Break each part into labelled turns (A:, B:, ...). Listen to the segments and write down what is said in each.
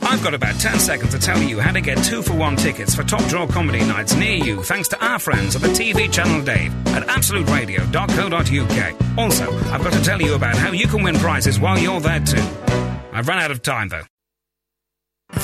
A: I've got about 10 seconds to tell you how to get two for one tickets for top draw comedy nights near you thanks to our friends at the TV channel Dave at absoluteradio.co.uk. Also, I've got to tell you about how you can win prizes while you're there too. I've run out of time though.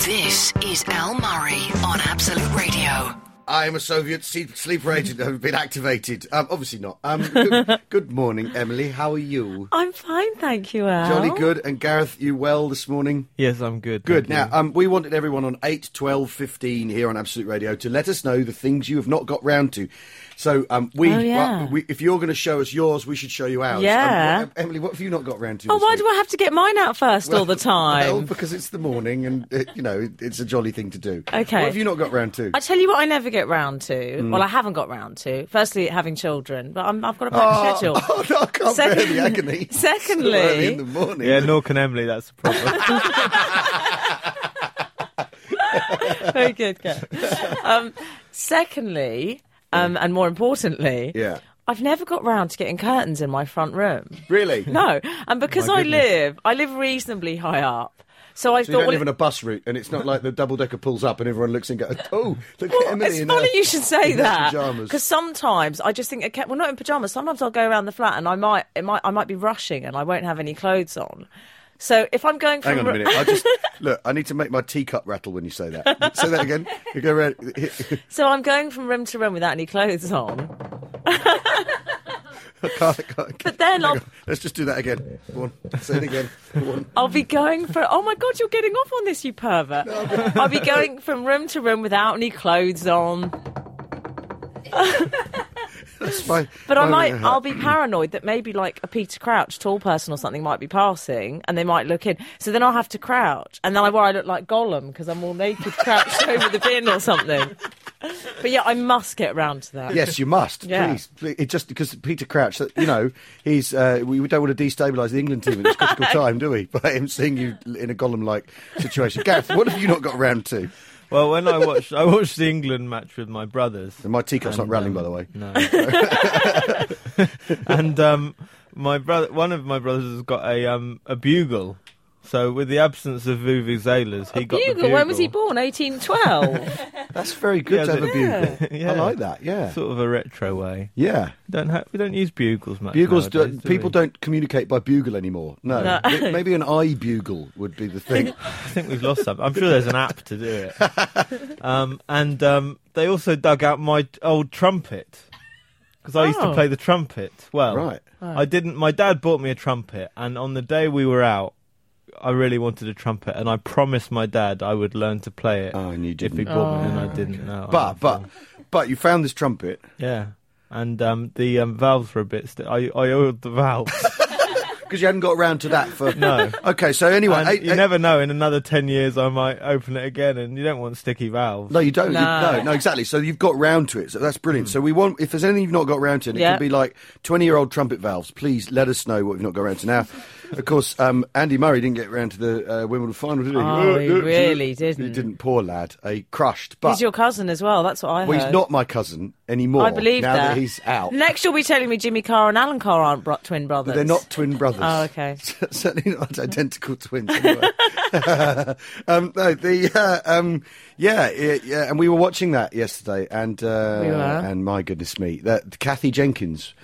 B: This is Al Murray on Absolute Radio.
C: I am a Soviet sleep, sleeper agent who have been activated. Um, obviously not. Um, good, good morning, Emily. How are you?
D: I'm fine, thank you, Al.
C: Jolly good. And Gareth, you well this morning?
E: Yes, I'm good.
C: Good.
E: thank
C: Now, um, we wanted everyone on 8, 12, 15 here on Absolute Radio to let us know the things you have not got round to. So, um, we,
D: Oh, yeah.
C: well, we if you're going to show us yours, we should show you ours. Um,
D: Yeah.
C: what- Emily, what have you not got round to?
D: Oh,
C: this
D: why
C: week?
D: do I have to get mine out first all the
C: Well,
D: time?
C: because it's the morning and, it, you know, it- it's a jolly thing to do.
D: Okay.
C: What have you not got round to?
D: I tell you what, I never get round to.
C: Mm.
D: Well, I haven't got round to. Firstly, having children, but I'm, I've got a packed
C: Oh,
D: schedule.
C: oh, no, I can't bear
D: Second-
C: the agony. So
D: secondly-
C: early in the morning.
E: you. Yeah, nor can Emily. That's the problem.
D: Very good, Kat. um, Secondly, um, and more importantly,
C: Yeah.
D: I've never got round to getting curtains in my front room.
C: Really?
D: No, and because
E: My
D: I
E: goodness.
D: live, I live reasonably high up. So
C: So
D: I
C: you
D: thought,
C: don't
D: well,
C: live on a bus route, and it's not like the double decker pulls up and everyone looks and goes, "Oh, look at
D: Well,
C: Emily."
D: it's
C: in
D: funny
C: her-
D: you should say
C: in her
D: that
C: pajamas."
D: because sometimes I just think, okay, well, not in pajamas. Sometimes I'll go around the flat and I might, it might, I might be rushing and I won't have any clothes on. So if I'm going,
C: Hang
D: from
C: on a minute. I just look. I need to make my teacup rattle when you say that. say that again. You go around. I
D: so I'm going from room to room without any clothes on.
C: can't- I can't-
D: But then
C: Hang
D: I'll-
C: on. Let's just do that again. Go on. Say it again. Go on.
D: I'll be going for. Oh my god, you're getting off on this, you pervert! I'll be going from room to room without any clothes on.
C: That's my,
D: But I
C: my
D: might,
C: way out.
D: I'll be paranoid that maybe like a Peter Crouch, tall person or something, might be passing and they might look in. So then I'll have to crouch, and then I worry I look like Gollum because I'm all naked, crouched over the bin or something. But yeah, I must get round to that.
C: Yes, you must.
D: Yeah.
C: Please, please. It just because Peter Crouch, that- you know, he's uh, we we don't want to destabilise the England team at this critical time, do we? By him seeing you in a Gollum-like situation. Gareth, what have you not got round to?
E: well, when I watched, I watched the England match with my brothers.
C: And my teacup's not
E: And,
C: rattling,
E: um,
C: by the way.
E: No. and um, my brother, one of my brothers, has got a um, a bugle. So with the absence of vuvuzelas, he got the
D: Bugle,
E: bugle.
D: when was he born? 1812.
C: That's very good
E: Yeah,
C: to have a
E: the-
C: bugle.
E: Yeah.
C: I like that. Yeah,
E: Sort of a retro way.
C: yeah.
E: We don't have, we don't use bugles much.
C: Bugles. Do,
E: nowadays, do
C: people
E: we?
C: don't communicate by bugle anymore. No,
D: No.
C: M- maybe an eye bugle would be the thing.
E: I think we've lost some. I'm sure there's an app to do it. Um, and um, they also dug out my old trumpet because I used to
D: Oh.
E: play the trumpet. Well,
C: Right.
E: I didn't. My dad bought me a trumpet, and on the day we were out, I really wanted a trumpet, and I promised my dad I would learn to play it
C: Oh, and you
E: if he
C: didn't. Oh.
E: bought me, and I didn't know.
C: But but but you found this trumpet.
E: yeah, and um, the um, valves were a bit. St- I I oiled the valves.
C: Because you hadn't got around to that for
E: No.
C: Okay, so anyway,
E: And
C: eight-
E: you
C: eight-
E: never know. In another ten years, I might open it again, and you don't want sticky valves.
C: No, you don't. You- No.
D: No. Hmm.
C: no, exactly. So you've got round to it. So that's brilliant. So we want, if there's anything you've not got round to, and it
D: Yeah.
C: could be like 20 year old trumpet valves, please let us know what you've not got round to. Now, of course, um, Andy Murray didn't get round to the uh, Wimbledon final, did he?
D: Oh, he
C: Uh, uh,
D: really
C: he
D: didn't.
C: didn't, poor lad. He crushed. But
D: he's your cousin as well. That's what I heard.
C: well, he's not my cousin anymore.
D: I believe
C: now
D: that.
C: that. he's out.
D: Next, you'll be telling me Jimmy Carr and Alan Carr aren't bro- twin brothers.
C: They're not twin brothers.
D: Oh, okay.
C: Certainly not identical twins. Anyway. um, no, the uh, um, yeah, yeah, yeah, and we were watching that yesterday, and uh,
D: We were.
C: and my goodness me, that Kathy Jenkins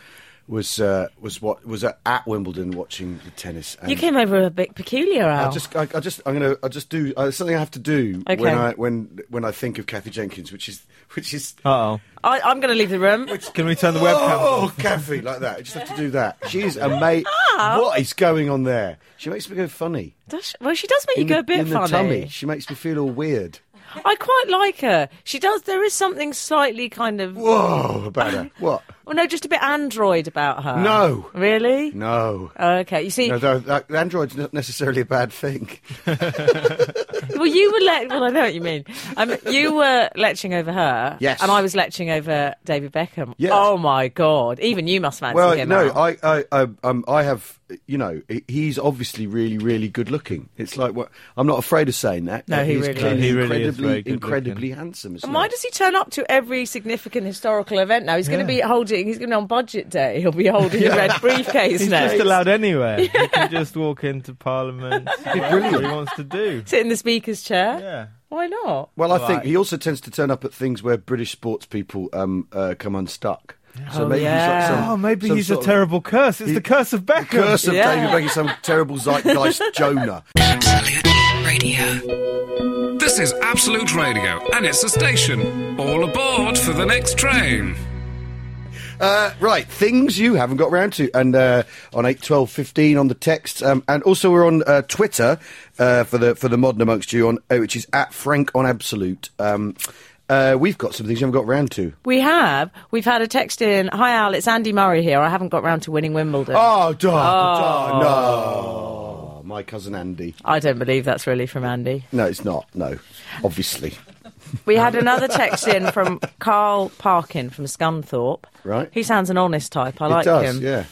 C: was uh, was what was at, at Wimbledon watching the tennis. And
D: You came over a bit peculiar, Al.
C: I just, I, I just, I'm gonna, I just do uh, something I have to do
D: Okay.
C: when I when when I think of Kathy Jenkins, which is which is
E: Uh oh.
D: I, I'm going to leave the room.
E: Can we turn the webcam?
C: Oh,
E: off?
C: Kathy, like that. You just have to do that. She's a mate.
D: Ah.
C: What is going on there? She makes me go funny.
D: Does she- well, she does make you
C: in
D: go
C: the,
D: a bit
C: in the
D: funny.
C: tummy. She makes me feel all weird.
D: I quite like her. She does. There is something slightly kind of. Well,
C: Whoa, about her. What?
D: no, just a bit android about her.
C: No.
D: Really?
C: No.
D: Oh, okay. You see,
C: No, that, that, Android's not necessarily a bad thing.
D: well, you were let. Well, I know what you mean. Um, you were lecturing over her.
C: Yes.
D: And I was lecturing over David Beckham.
C: Yes.
D: Oh my God! Even you must fancy
C: Well,
D: him.
C: no,
D: Al.
C: I, I, I, um, I have, you know, he- he's obviously really, really good looking. It's like what I'm not afraid of saying that.
D: No,
C: but
D: he
C: he's
D: really
C: clearly
E: is. He really is
C: incredibly,
E: very good
C: incredibly handsome. Isn't
D: Why
C: he?
D: does he turn up to every significant historical event now? He's going to
E: Yeah.
D: be budgeting. He's going to be on budget day. He'll be holding a red briefcase
E: He's
D: now.
E: just allowed anywhere. He can just walk into Parliament. Whatever he wants to do.
D: Sit in the speaker's chair.
E: Yeah.
D: Why not?
C: Well, I think
E: Right.
C: he also tends to turn up at things where British sports people um, uh, come unstuck. So
D: Oh,
C: maybe he's
D: yeah.
C: like some,
E: Oh, maybe
C: some
E: he's
C: sort
E: a
C: of
E: terrible curse. It's the curse of Beckham.
C: curse of
D: Yeah.
C: David Beckham, some terrible zeitgeist Jonah.
B: Absolute Radio.
A: This is Absolute Radio, and it's a station. All aboard for the next train.
C: Uh, right, things you haven't got round to, and uh, on eight twelve fifteen on the text, um, and also we're on uh, Twitter uh, for the for the modern amongst you on uh, which is at Frank on Absolute. Um, uh, we've got some things you haven't got round to.
D: We have. We've had a text in. Hi, Al. It's Andy Murray here. I haven't got round to winning Wimbledon.
C: Oh, darn, Oh. no, my cousin Andy.
D: I don't believe that's really from Andy.
C: No, it's not. No, obviously.
D: We had another text in from Carl Parkin from Scunthorpe.
C: Right.
D: He sounds an honest type. I
C: it
D: like
C: does,
D: him.
C: yeah.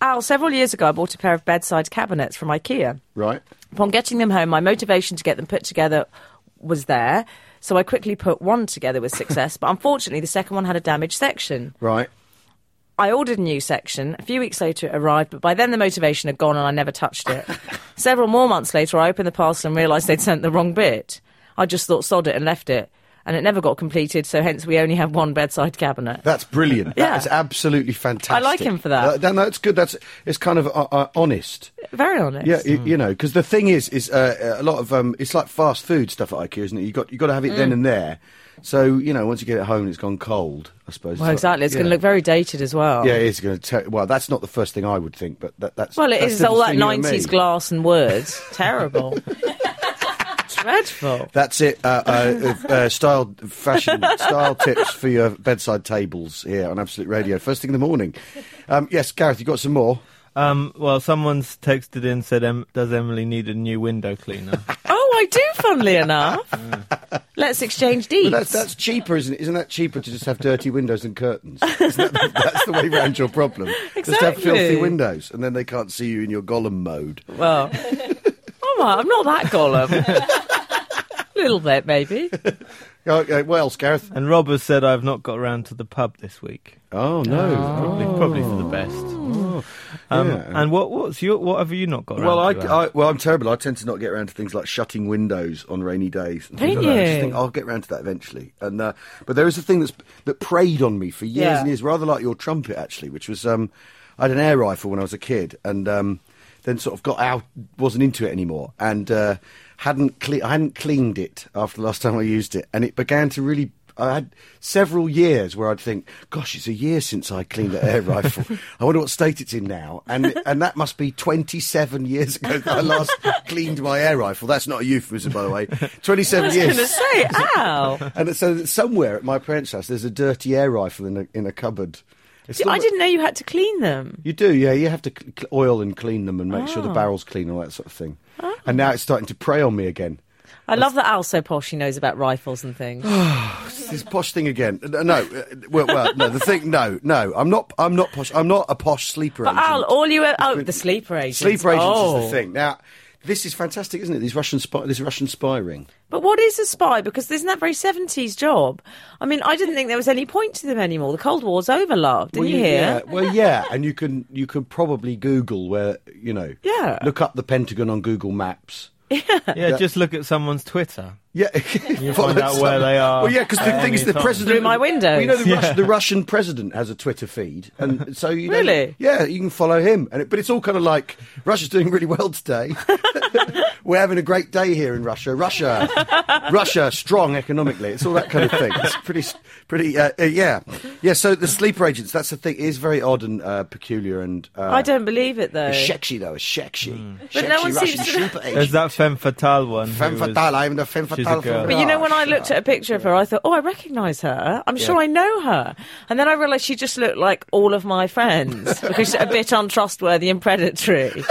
D: Al, several years ago, I bought a pair of bedside cabinets from IKEA.
C: Right.
D: Upon getting them home, my motivation to get them put together was there. So I quickly put one together with success, but unfortunately, the second one had a damaged section.
C: Right.
D: I ordered a new section. A few weeks later, it arrived, but by then the motivation had gone and I never touched it. Several more months later, I opened the parcel and realised they'd sent the wrong bit. I just thought sod it and left it. And it never got completed, so hence we only have one bedside cabinet.
C: That's brilliant.
D: Yeah.
C: That is absolutely fantastic.
D: him for that.
C: That- no, it's good. That's it's kind of uh, uh, honest.
D: Very honest.
C: Yeah, you, you know, because the thing is, is uh, a lot of um, it's like fast food stuff at IKEA, isn't it? You got you got to have it
D: Mm.
C: then and there. So you know, once you get it home, it's gone cold. I suppose.
D: Well, exactly. It's going to look very dated as well.
C: Yeah, it's going to. Te- well, that's not the first thing I would think, but that, that's.
D: Well, it
C: that's
D: is
C: the
D: all that
C: difference between you and
D: 90s
C: me.
D: glass and words. Terrible. Dreadful.
C: That's it. Uh, uh, uh, uh, style, fashion, style tips for your bedside tables here on Absolute Radio. First thing in the morning. Um, yes, Gareth, you got some more.
E: Um, well, someone's texted in said, em- "Does Emily need a new window cleaner?"
D: Oh, I do, funnily enough. Let's exchange deeds.
C: But that's, that's cheaper, isn't it? Isn't that cheaper to just have dirty windows and curtains? Isn't that, that's the way round your problem. Just have filthy
D: Exactly.
C: windows, and then they can't see you in your golem mode.
D: Well, I'm, not- I'm not that golem. A little bit, maybe.
C: Oh, Okay, what else, Gareth?
E: and Rob has said, "I've not got round to the pub this week."
C: Oh no.
E: Probably, probably for the best. Um,
C: Yeah.
E: And what what's your what have you not got?
C: Well, I,
E: round to, Al?
C: I well, I'm terrible. I tend to not get around to things like shutting windows on rainy days. and things like
D: Don't
C: that. I just
D: you?
C: think I'll get round to that eventually. And uh, but there is a thing that's that preyed on me for years
D: Yeah.
C: and years, rather like your trumpet actually, which was um, I had an air rifle when I was a kid, and um, then sort of got out, wasn't into it anymore, and uh, hadn't cle- I hadn't cleaned it after the last time I used it, and it began to really. I had several years where I'd think, "Gosh, it's a year since I cleaned that air rifle. I wonder what state it's in now." And and that must be 27 years ago that I last cleaned my air rifle. That's not a euphemism, by the way. 27
D: I was
C: years.
D: going to say, ow.
C: And so somewhere at my parents' house, there's a dirty air rifle in a in a cupboard. It's
D: See, I
C: almo-
D: didn't know you had to clean them.
C: You do, yeah. You have to cl- cl- oil and clean them and make sure
D: Oh.
C: the barrel's clean and all that sort of thing. And now it's starting to prey on me again.
D: I love that Al so posh he knows about rifles and things.
C: Oh, this posh thing again. Uh, No, uh, well, well, no. The thing, no, no. I'm not. I'm not posh. I'm not a posh sleeper
D: But
C: agent.
D: Al, all you ever. Oh,
C: been-
D: the sleeper agents.
C: sleeper agents is
D: Oh.
C: the thing. Now, this is fantastic, isn't it? These Russian spy, this Russian spy ring.
D: But what is a spy? Because isn't that very 70s job? I mean, I didn't think there was any point to them anymore. The Cold War's over, love. Didn't you hear?
C: Yeah, well, yeah, and you can you can probably Google where you know.
D: Yeah.
C: Look up the Pentagon on Google Maps.
E: yeah, just look at someone's Twitter.
C: Yeah,
E: find out where they are
C: Well, yeah, because the
E: at
C: thing is,
E: any
C: the
E: time.
C: president
D: Through my windows.
C: Well, you know, the, Rus- the Russian president has a Twitter feed, and so you know-
D: Really?
C: yeah, you can follow him. And it, but it's all kind of like Russia's doing really well today. We're having a great day here in Russia. Russia, Russia, strong economically. It's all that kind of thing. It's pretty, s- pretty, uh, uh, yeah, yeah. So the sleeper agents. That's the thing. It is very odd and uh, peculiar, and uh,
D: I don't believe it, though.
C: It's sexy though. It's sexy.
E: Mm.
D: But no
C: Sexy
D: one seems
C: Russian
D: to know-
C: sleeper
E: There's
C: agent.
E: that femme fatale one. who
C: Femme
E: was-
C: fatale. I'm the femme
E: she's a
C: fatale. from
E: girl.
D: But you know, when I
C: Russia.
D: looked at a picture of her, I thought, oh, I recognise her. I'm sure I know her. And then I realised she just looked like all of my friends because she's a bit untrustworthy and predatory.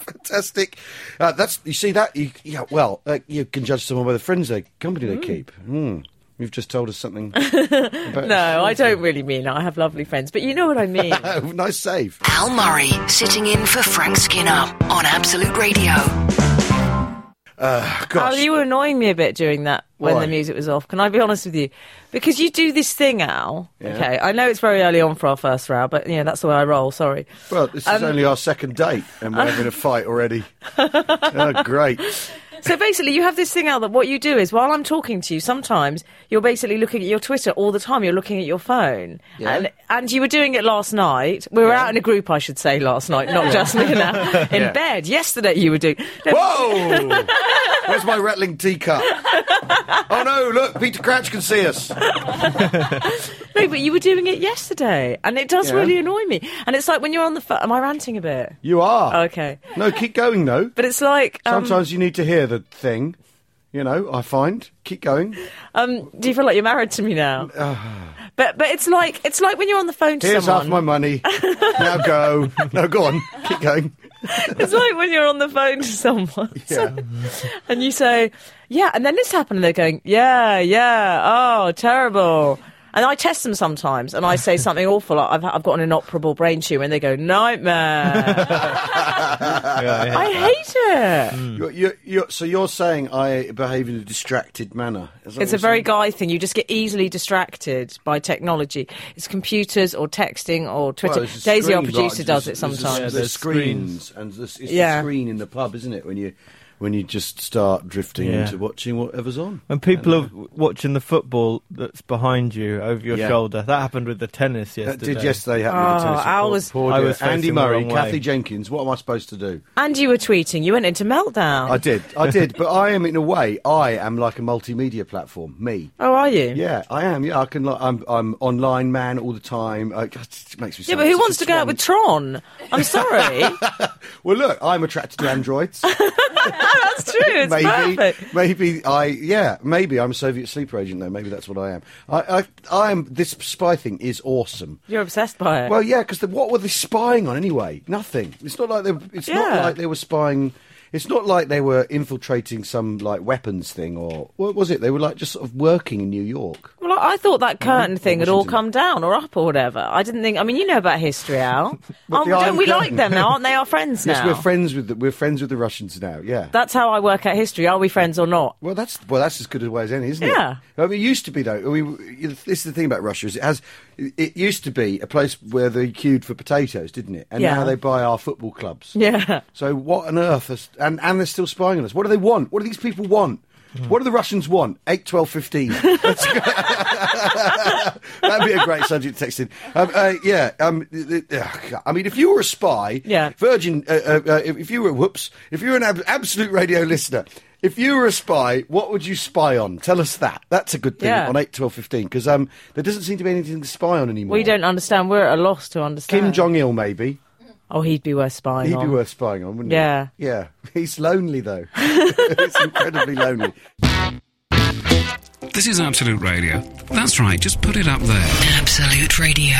C: fantastic. Uh, that's you see that you, yeah. Well, uh, you can judge someone by the friends they company they keep. Hmm. You've just told us something. about-
D: No, I don't really mean that. I have lovely friends, but you know what I mean.
C: Oh, nice save.
B: Al Murray sitting in for Frank Skinner on Absolute Radio.
C: Oh,
D: Al,
C: gosh.
D: you were annoying me a bit during that when
C: Why?
D: the music was off. Can I be honest with you? Because you do this thing, Al.
C: Yeah.
D: Okay, I know it's very early on for our first round, but yeah, that's the way I roll. Sorry.
C: Well, this is only our second date, and we're having a fight already. oh, great.
D: So basically, you have this thing out that what you do is while I'm talking to you, sometimes you're basically looking at your Twitter all the time. You're looking at your phone,
C: Yeah.
D: and and you were doing it last night. We were out in a group, I should say, last night, not just me and Al, in
C: Yeah.
D: bed. Yesterday, you were doing. No,
C: Whoa! Where's my rattling teacup? Oh no! Look, Peter Crouch can see us.
D: no, but you were doing it yesterday, and it does
C: Yeah.
D: really annoy me. And it's like when you're on the phone. Am I ranting a bit?
C: You are
D: Okay,
C: No, keep going though.
D: but it's like Oh. um,
C: Sometimes you need to hear the thing. You know, I find. Keep going.
D: um, do you feel like you're married to me now? but but it's like it's like when you're on the phone to
C: Here's half
D: someone.
C: my money. now go. No, go on. Keep going.
D: It's like when you're on the phone to someone
C: Yeah.
D: and you say, yeah, and then this happened, and they're going, yeah, yeah, oh, terrible. And I test them sometimes, and I say something awful. Like, I've, I've got an inoperable brain tumor, and they go, nightmare.
E: Yeah, yeah.
D: I hate it.
E: Hmm.
C: You're, you're, you're, so you're saying I behave in a distracted manner? Is that what
D: It's a
C: you're
D: very
C: saying?
D: guy thing. You just get easily distracted by technology. It's computers or texting or
C: Well,
D: Twitter.
C: there's a
D: Daisy, our
C: screen,
D: producer,
C: right?
D: does it
C: There's a- there's a-
D: sometimes.
E: Yeah,
C: There's,
E: there's
C: screens, and there's, it's
D: Yeah.
C: the screen in the pub, isn't it? When you when you just start drifting
E: Yeah.
C: into watching whatever's on.
E: When people are w- watching the football that's behind you over your
C: Yeah.
E: shoulder, that happened with the tennis
C: That
E: yesterday.
C: Uh, did yesterday happen? with the
D: Oh,
C: tennis.
D: I
C: Poor-
D: was-
C: poor
E: I
C: dear.
E: was facing
C: Andy
E: the
C: Murray,
E: wrong way.
C: Kathy Jenkins. What am I supposed to do?
D: And you were tweeting. You went into meltdown.
C: I did, I did, but I am in a way. I am like a multimedia platform. Me.
D: oh, are you?
C: Yeah, I am. Yeah, I can. Like, I'm. I'm online man all the time. I, God, it makes me.
D: Yeah,
C: sound
D: but who
C: such a
D: wants to go out
C: swan.
D: with Tron? I'm sorry.
C: Well, look, I'm attracted to androids.
D: That's true. It's
C: maybe,
D: perfect.
C: maybe I. Yeah, maybe I'm a Soviet sleeper agent though. Maybe that's what I am. I. I. I'm. This spy thing is awesome.
D: You're obsessed by it.
C: Well, yeah, because what were they spying on anyway? Nothing. It's not like they. It's
D: Yeah.
C: not like they were spying. It's not like they were infiltrating some like weapons thing or what was it? They were like just sort of working in New York.
D: well, I thought that curtain thing had all
C: Washington.
D: come down or up or whatever. I didn't think. I mean, you know about history, Al. Aren't-
C: the
D: don't
C: Iron
D: we like
C: Curtain.
D: them now? Aren't they our friends
C: Yes,
D: now?
C: we're friends with the, we're friends with the Russians now. Yeah.
D: That's how I work out history. Are we friends or not?
C: Well, that's well, that's as good a way as any, isn't
D: Yeah.
C: it? I mean, it used to be though. I mean, you- this is the thing about Russia is it has. It used to be a place where they queued for potatoes, didn't it? And
D: Yeah.
C: now they buy our football clubs.
D: Yeah.
C: So what on earth? Is, and and they're still spying on us. What do they want? What do these people want?
D: Hmm.
C: What do the Russians want? 8, 12, 15. Let's go. That'd be a great subject to text in. Um, uh, yeah. Um, th- th- ugh, I mean, if you were a spy,
D: Yeah.
C: Virgin, uh, uh, uh, if you were, whoops, if you were an ab- absolute radio listener, if you were a spy, what would you spy on? Tell us that. That's a good thing
D: Yeah.
C: on 8, 12, 15, because um, there doesn't seem to be anything to spy on anymore.
D: We don't understand. We're at a loss to understand.
C: Kim Jong il, maybe.
D: Oh, he'd be worth spying
C: He'd
D: on.
C: be worth spying on, wouldn't
D: Yeah.
C: he? Yeah. Yeah. He's lonely, though. He's incredibly lonely.
A: This is Absolute Radio. That's right, just put it up there.
B: Absolute Radio.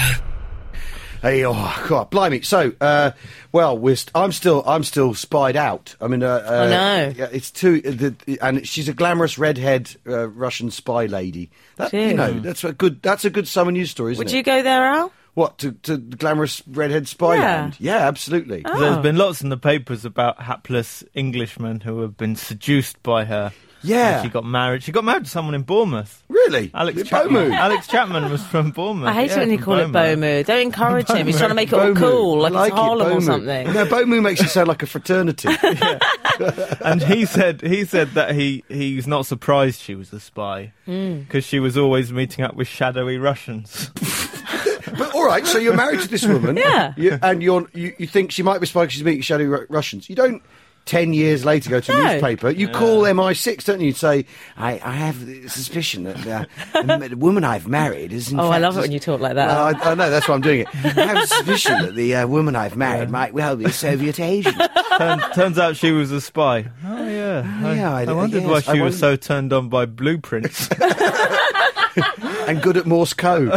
C: Hey, oh God, blimey! So, uh, well, we're st- I'm still, I'm still spied out. I mean, uh, uh,
D: I know.
C: yeah, it's too, uh, the, and she's a glamorous redhead uh, Russian spy lady. That, you
D: Gee.
C: know, that's a good, that's a good summer news story, isn't
D: Would
C: it?
D: you go there, Al?
C: What to, to glamorous redhead spy
D: Yeah. Oh.
C: land? Yeah, absolutely.
E: 'Cause There's been lots in the papers about hapless Englishmen who have been seduced by her.
C: Yeah.
E: And she got married. She got married to someone in Bournemouth.
C: Really,
E: Alex
C: Bomu.
E: Chapman. Alex Chapman was from Bournemouth.
D: I hate
E: yeah,
D: it when you
E: from
D: call it Bomu. Don't encourage him. He's trying to make it all
C: Bomu.
D: cool, like,
C: I like
D: it's Harlem
C: it,
D: or
C: Bomu.
D: something.
C: No, Bomu makes it sound like a fraternity.
E: and he said he said that he he's not surprised she was a spy
D: Hmm.
E: because she was always meeting up with shadowy Russians.
C: But all right, so you're married to this woman,
D: Yeah.
C: you- and you're you, you think she might be spying 'cause she's meeting shadowy Ru- Russians. You don't. Ten years later, go to a
D: No.
C: newspaper. You call MI6, don't you? And say, I, I have the suspicion that the, the woman I've married is. In
D: Oh, I
C: fact
D: love it
C: a-
D: when you talk like that.
C: Well, I, I know that's why I'm doing it. I have a suspicion that the uh, woman I've married might well be a Soviet agent.
E: Turn, turns out she was a spy. Oh yeah,
C: yeah, I-
E: I, wondered
C: yes,
E: why
C: I
E: she was
C: wondered-
E: so turned on by blueprints.
C: and good at Morse code.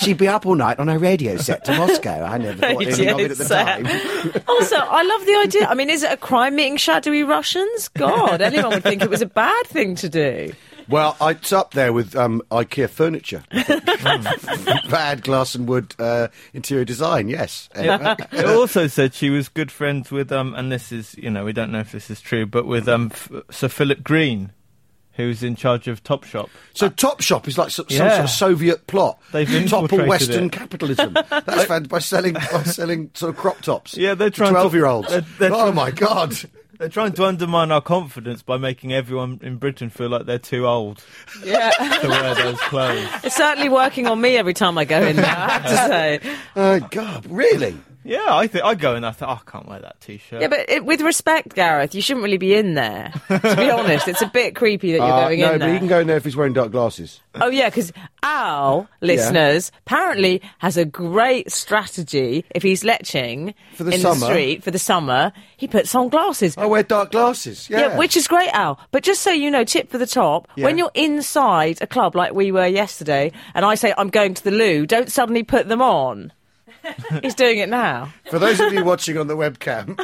C: She'd be up all night on her radio set to Moscow. I never thought anything of it at the
D: Radio
C: time.
D: Also, I love the idea. I mean, is it a crime meeting shadowy Russians? God, anyone would think it was a bad thing to do.
C: Well, I- it's up there with um, IKEA furniture, bad glass and wood uh, interior design. Yes, Uh,
E: it also said she was good friends with um, and this is you know we don't know if this is true, but with um F- Sir Philip Green, who's in charge of Top Shop.
C: So Top Shop is like so, some
E: Yeah.
C: sort of Soviet plot
E: They've
C: to topple
E: infiltrated
C: Western
E: it.
C: capitalism. That's fantastic. by selling by selling sort of crop tops.
E: Yeah, they're
C: to
E: trying to-
C: twelve-year-olds.
E: they're- they're
C: oh
E: trying-
C: my god!
E: They're trying to undermine our confidence by making everyone in Britain feel like they're too old
D: Yeah.
E: to wear those clothes.
D: it's certainly working on me every time I go in there, I have to say.
C: Oh god, really?
E: Yeah, I think I go and I think oh, I can't wear that t-shirt.
D: Yeah, but it, with respect, Gareth, you shouldn't really be in there. To be honest, it's a bit creepy that you're
C: Uh,
D: going
C: no,
D: in
C: but he
D: there.
C: can go in there if he's wearing dark glasses.
D: oh yeah, because Al, listeners, apparently has a great strategy. If he's leching
C: For the
D: in
C: summer.
D: the street for the summer, he puts on glasses.
C: I wear dark glasses. Yeah,
D: Yeah. which is great, Al. But just so you know, tip for the top,
C: Yeah.
D: when you're inside a club like we were yesterday, and I say, I'm going to the loo, don't suddenly put them on. He's doing it now.
C: for those of you watching on the webcam.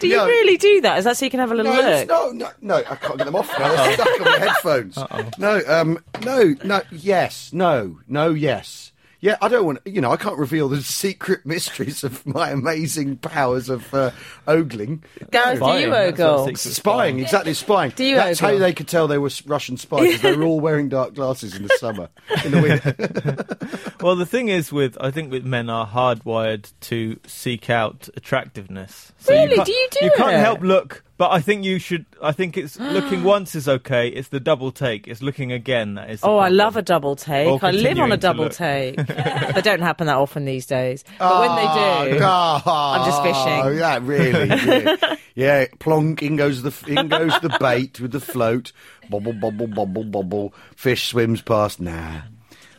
D: Do you
C: No.
D: really do that? Is that so you can have a little
C: No,
D: look?
C: it's- no, no, no, I can't get them off now. They're stuck on my headphones. No, um, no, no, yes, no, no, yes. Yeah, I don't want, you know, I can't reveal the secret mysteries of my amazing powers of uh, ogling.
D: Gareth, do
E: Spying,
D: you
E: that's
D: ogle?
E: what I think.
C: Spying, exactly, spying.
D: Do you
C: That's how
D: ogle?
C: they could tell they were s- Russian spies, 'cause they were all wearing dark glasses in the summer, in the winter.
E: Well, the thing is, with I think with men are hardwired to seek out attractiveness. So
D: Really?
E: can't-
D: Do you do
E: You can't
D: it?
E: help look, but I think you should. I think it's looking once is okay. It's the double take. It's looking again that is. the
D: Oh, I
E: problem.
D: love a double
E: Or
D: take. I live on
E: continuing
D: a
E: to
D: double
E: look.
D: take. they don't happen that often these days. But when they do,
C: Ah, God. I'm
D: just fishing.
C: Yeah, really. Yeah, yeah plonk. In goes the in goes the bait with the float. Bobble, bobble, bobble, bobble. Fish swims past. Nah,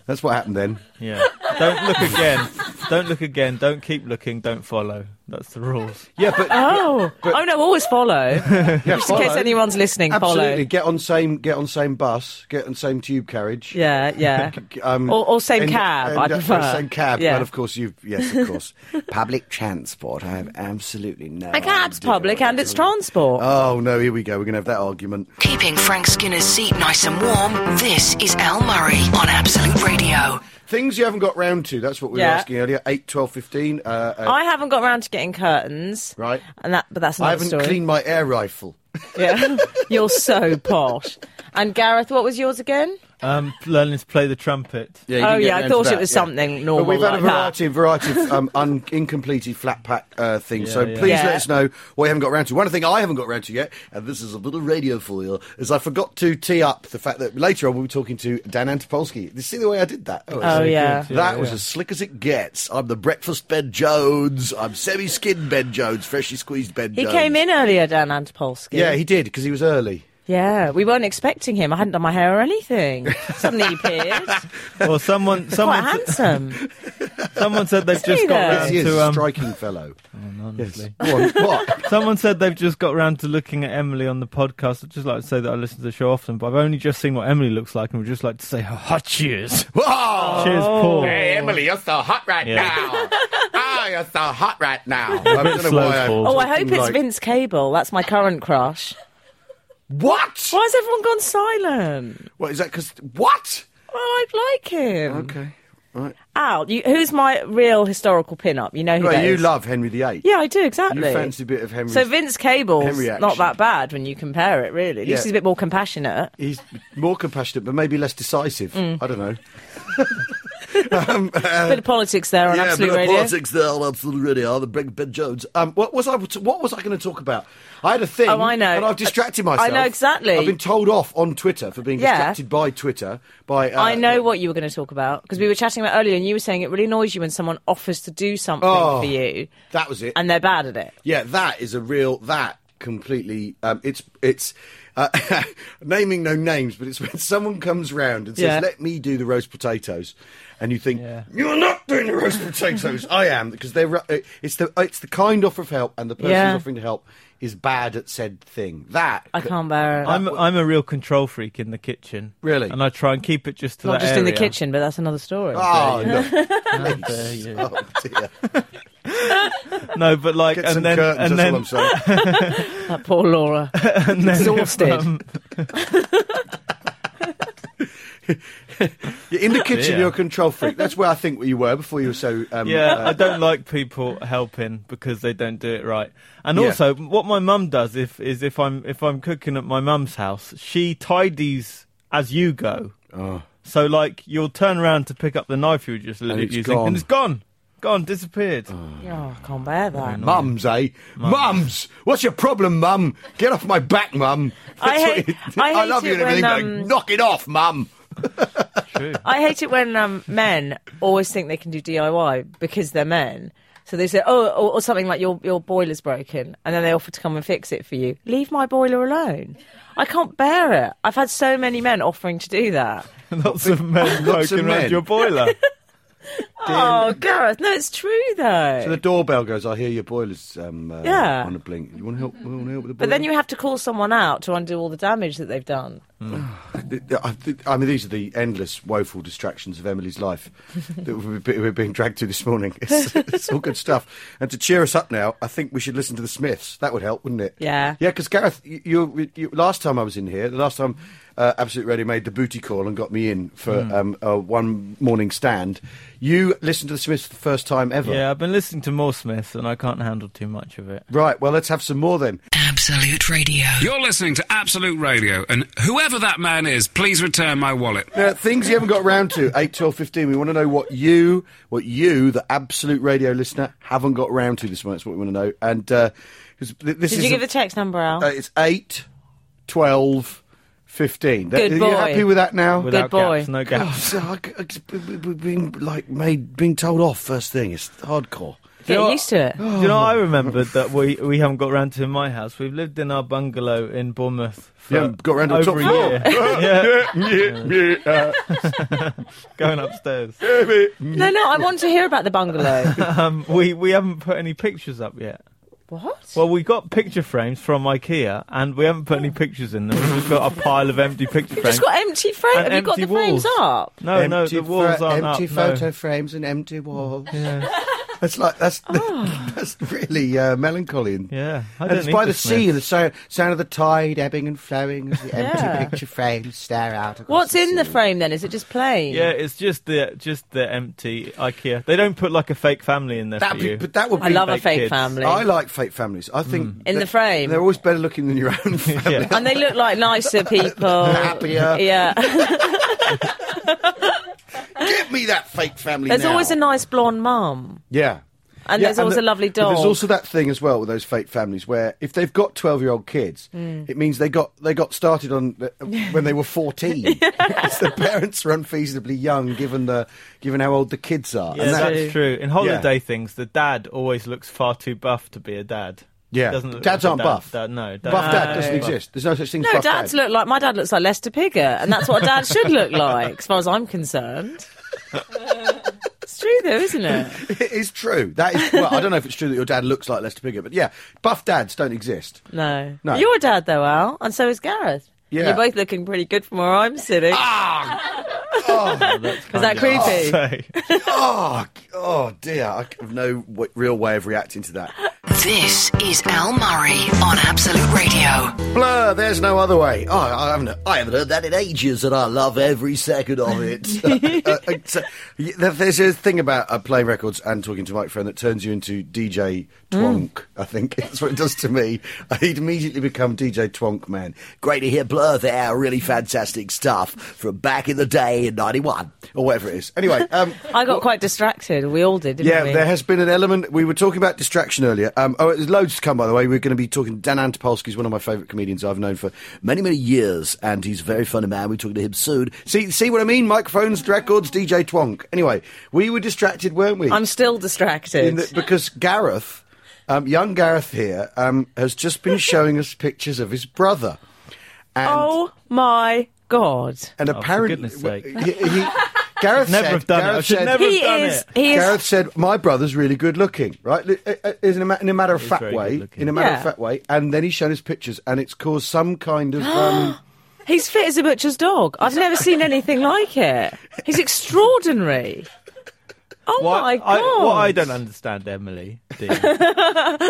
C: that's what happened then.
E: Yeah. Don't look again. Don't look again. Don't keep looking. Don't follow. That's the rules.
C: Yeah, but
D: oh, oh no, always follow.
C: yeah,
D: Just in case anyone's listening,
C: absolutely
D: follow.
C: get on same get on same bus, get on same tube carriage.
D: Yeah, yeah.
C: Um,
D: or, or same
C: and-
D: cab,
C: and,
D: I
C: uh,
D: prefer.
C: same cab,
D: Yeah.
C: and of course you. Yes, of course. public transport. I have absolutely no.
D: A cab's
C: idea
D: public
C: what
D: and it's
C: you're talking
D: transport.
C: about. Oh no! Here we go. We're going to have that argument.
B: Keeping Frank Skinner's seat nice and warm, this is Al Murray on Absolute Radio.
C: Things you haven't got round to, that's what we were
D: Yeah.
C: asking earlier. 8, 12, 15. Uh, uh,
D: I haven't got round to getting curtains.
C: Right.
D: And that, but that's
C: I
D: another
C: haven't
D: story.
C: cleaned my air rifle.
D: Yeah. You're so posh. And Gareth, what was yours again?
E: Um, learning to play the trumpet.
D: Oh, yeah, I thought it was something normal
C: But we've had
D: like
C: a
D: that.
C: variety, variety of um, un- incompleted flat pack uh, things,
E: Yeah,
C: so
E: yeah.
C: please
D: Yeah.
C: let us know what you haven't got round to. One thing I haven't got round to yet, and this is a little radio foil, is I forgot to tee up the fact that later on we'll be talking to Dan Antopolsky. Did you see the way I did that? it's
D: Oh,
C: so
D: yeah.
C: good. that was as slick as it gets. I'm the breakfast Ben Jones. I'm semi-skinned Ben Jones, freshly squeezed Ben
D: He
C: Jones.
D: came in earlier, Dan Antopolsky.
C: Yeah, he did, because he was early.
D: Yeah, we weren't expecting him. I hadn't done my hair or anything. Suddenly he appeared.
E: Or someone,
D: Quite
E: someone,
D: handsome.
E: someone said they've
D: he
E: just got
D: there?
E: round
C: He is
E: to
C: a
E: um,
C: striking fellow.
E: honestly.
C: Go on, what?
E: Someone said they've just got round to looking at Emily on the podcast. I'd just like to say that I listen to the show often, but I've only just seen what Emily looks like and would just like to say, ha ha, cheers.
C: Whoa!
E: Cheers, Paul.
C: Emily, you're so hot right
E: Yeah.
C: now. Ah, you're so hot right now. I don't know
E: slow,
C: why I'm
E: Paul.
D: Oh, I hope
C: talking
D: it's
C: like-
D: Vince Cable. That's my current crush.
C: What?
D: Why has everyone gone silent?
C: What is that? Because what?
D: Well, I like him.
C: Okay. Right.
D: Al, you, who's my real historical pin-up? You know who
C: Well,
D: that
C: you
D: is.
C: love Henry VIII.
D: Yeah, I do exactly.
C: You fancy a bit of Henry.
D: So Vince Cable's
C: Henry
D: not
C: action.
D: that bad when you compare it, really. At least
C: Yeah.
D: he's a bit more compassionate.
C: He's more compassionate, but maybe less decisive.
D: Mm.
C: I don't know.
D: bit of politics there on
C: yeah,
D: Absolute
C: bit of
D: Radio.
C: politics there on Absolute Radio. The big Ben Jones. Um, what was I? What was I going to talk about? I had a thing.
D: Oh, I know.
C: And I've distracted
D: I- I
C: myself.
D: know exactly.
C: I've been told off on Twitter for being
D: Yeah.
C: distracted by Twitter. By uh,
D: I know what you were going to talk about because we were chatting about earlier, and you were saying it really annoys you when someone offers to do something
C: Oh.
D: for you
C: That was it.
D: and they're bad at it.
C: Yeah, that is a real that completely. Um, it's it's uh, naming no names, but it's when someone comes round and says,
D: Yeah.
C: "Let me do the roast potatoes," and you think
E: Yeah.
C: you're not doing the roast potatoes. I am because they're ru- uh, it's the it's the kind offer of help, and the person
D: Yeah.
C: offering to help is bad at said thing. That
D: I can't bear it.
E: I'm I'm a real control freak in the kitchen.
C: Really?
E: And I try and keep it just to
D: not
E: that
D: just in the
E: area. uh,
D: kitchen, but that's another story.
C: Oh, no.
E: How dare you.
C: oh dear!
E: No, but like
C: Get
E: and
C: some
E: then
C: curtains.
E: and
C: that's
E: then
C: all I'm saying.
D: That poor Laura,
C: um,
E: and then if,
D: exhausted.
E: um,
C: You're in the kitchen,
E: Dear.
C: you're a control freak. That's where I think you were before you were so. Um,
E: Yeah,
C: uh,
E: I don't like people helping because they don't do it right. And
C: Yeah.
E: also, what my mum does if is if I'm if I'm cooking at my mum's house, she tidies as you go.
C: Oh.
E: So like you'll turn around to pick up the knife you were just
C: it's
E: using,
C: gone.
E: and it's gone, gone, disappeared.
D: Oh, I can't bear that.
C: Mums, eh? Mums. What's your problem, Mum? Get off my back, Mum.
D: I
C: That's
D: hate-
C: what
D: I hate
C: love you
D: it
C: and everything,
D: when,
C: but
D: um,
C: knock it off, Mum.
D: I hate it when um, men always think they can do DIY because they're men. So they say, oh, or, or something like your your boiler's broken, and then they offer to come and fix it for you. Leave my boiler alone. I can't bear it. I've had so many men offering to do that.
E: Lots of men
C: Lots of
E: poking around
C: men.
E: your boiler.
D: Oh, Gareth, no, it's true though.
C: So the doorbell goes. I hear your boilers um, uh,
D: Yeah.
C: on the blink. You want to help? You want to help with the boiler?
D: but then you have to call someone out to undo all the damage that they've done.
C: Th- th- I th- I mean, these are the endless, woeful distractions of Emily's life that we're be- we're being dragged to this morning. It's, it's all good stuff. And to cheer us up now, I think we should listen to the Smiths. That would help, wouldn't it?
D: Yeah.
C: Yeah, because Gareth, you, you, you last time I was in here, the last time uh, Absolute Radio made the booty call and got me in for um, a one morning stand, you listened to the Smiths for the first time ever.
E: yeah, I've been listening to more Smith, and I can't handle too much of it.
C: Right. Well, let's have some more then.
B: Absolute Radio.
A: You're listening to Absolute Radio, and whoever that man is, please return my wallet.
C: Now, things you haven't got round to, 8, 12, 15. We want to know what you, what you, the absolute radio listener, haven't got round to this morning. That's what we want to know. And uh, 'cause th- this
D: Did
C: is
D: you give
C: a-
D: the text number out?
C: uh, it's 8, 12, 15. That-
D: Good
C: Are
D: boy.
C: you happy with that now?
E: Without
D: boy.
E: gaps, no
C: God,
E: gaps.
C: so I, I, it's b- b- b- being like made, being told off first thing. It's hardcore.
D: Get
E: you know-
D: used to it.
E: Do you know
C: Oh.
E: what I remembered that we we haven't got round to in my house? We've lived in our bungalow in Bournemouth for
C: You haven't got round to the
E: over
C: top floor.
E: a year. yeah,
C: Yeah,
E: going upstairs.
C: Mm.
D: No, no, I want to hear about the bungalow.
E: Um, we we haven't put any pictures up yet.
D: what?
E: Well, we got picture frames from IKEA, and we haven't put any pictures in them. We've just got a pile of empty picture
D: Just
E: frames.
D: Oh. got empty frames.
E: and
D: Have you got
E: empty
D: the frames
E: walls.
D: up?
E: No, Oh, no, the walls aren't
C: empty
E: up.
C: photo
E: no.
C: frames and empty walls. That's like that's
D: Oh.
C: that's really uh, melancholy and
E: Yeah, I
C: And
E: don't
C: it's
E: need
C: by the
E: this,
C: sea,
E: man.
C: the sound, sound of the tide ebbing and flowing as the empty
D: Yeah.
C: picture frames stare out. Across
D: What's
C: the
D: in the
C: sea.
D: frame then? Is it just plain?
E: Yeah, it's just the just the empty IKEA. They don't put like a fake family in there
C: That
E: for
C: would be,
E: you.
C: but that would be.
D: I love a
E: fake
D: fake
E: kids.
D: family.
C: I like fake families. I think
D: In the
C: that-
D: frame.
C: they're always better looking than your own. family.
E: yeah.
D: and they look like nicer people.
C: Happier.
D: Yeah.
C: Get me that fake family.
D: There's
C: now.
D: always a nice blonde mum.
C: yeah.
D: And
C: Yeah,
D: there's always
C: the-
D: a lovely
C: but
D: dog.
C: There's also that thing as well with those fake families where if they've got 12 year old kids,
D: Mm.
C: it means they got they got started on the, when they were 14. Because the parents are unfeasibly young given the given how old the kids are.
E: Yeah,
C: And that-
E: that's true. In holiday things, the dad always looks far too buff to be a dad.
C: Yeah.
E: doesn't look
C: Dads
E: like a
C: aren't
E: dad.
C: buff.
E: Dad, no, dad,
C: Buff dad doesn't
E: buff.
C: exist. There's no such thing as
D: no,
C: buff
D: dads
C: dad.
D: look like my dad looks like Lester Pigger, and that's what a dad should look like, as far as I'm concerned. it's true, though, isn't it?
C: It is true. That is. Well, I don't know if it's true that your dad looks like Lester Piggott, but yeah, buff dads don't exist.
D: No.
C: No.
D: You're a dad, though, Al, and so is Gareth.
C: Yeah. Ah!
D: You're both looking pretty good from where I'm sitting. is that creepy?
E: Say.
C: Oh, oh dear. I have no w- real way of reacting to that.
B: This is Al Murray on Absolute Radio.
C: Blur. There's no other way. Oh, I haven't. I haven't heard that in ages, and I love every second of it. Uh, uh, uh, so, y- there- there's a thing about uh, playing records and talking to a microphone that turns you into DJ Twonk. I think that's what it does to me. I'd immediately become DJ Twonk man. Great to hear Blur there. Really fantastic stuff from back in the day in '91 or whatever it is. Anyway, um,
D: I got quite distracted. We all did, didn't
C: yeah,
D: we?
C: there has been an element. We were talking about distraction earlier. Um, oh, there's loads to come, by the way. We're going to be talking. Dan Antopolsky is one of my favourite comedians I've known for many, many years, and he's a very funny man. We're talking to him soon. See, see what I mean? Microphones, records, DJ Twonk. Anyway, we were distracted, weren't we?
D: I'm still
C: In
D: distracted.
C: the- because Gareth, um, young Gareth here, um, has just been showing us pictures of his brother. And,
D: oh my god.
C: and
E: Oh, for
C: apparently,
E: goodness sake.
C: he, he- Gareth
E: Never
C: said,
E: have done it. I
C: Gareth
E: should
C: said-
E: never
D: He
E: have done
D: is
E: it.
D: he is
C: Gareth said, "My brother's really good looking, right? Li- uh, uh, In a, ma- in a matter of
E: He's
C: fact
E: very good
C: way,
E: looking.
C: in a matter of
D: Yeah.
C: fact way." And then he's shown his pictures, and it's caused some kind of. Um,
D: He's fit as a butcher's dog. I've never seen anything like it. He's extraordinary. Oh
E: What,
D: my god!
E: I, what I don't understand, Emily, Dean,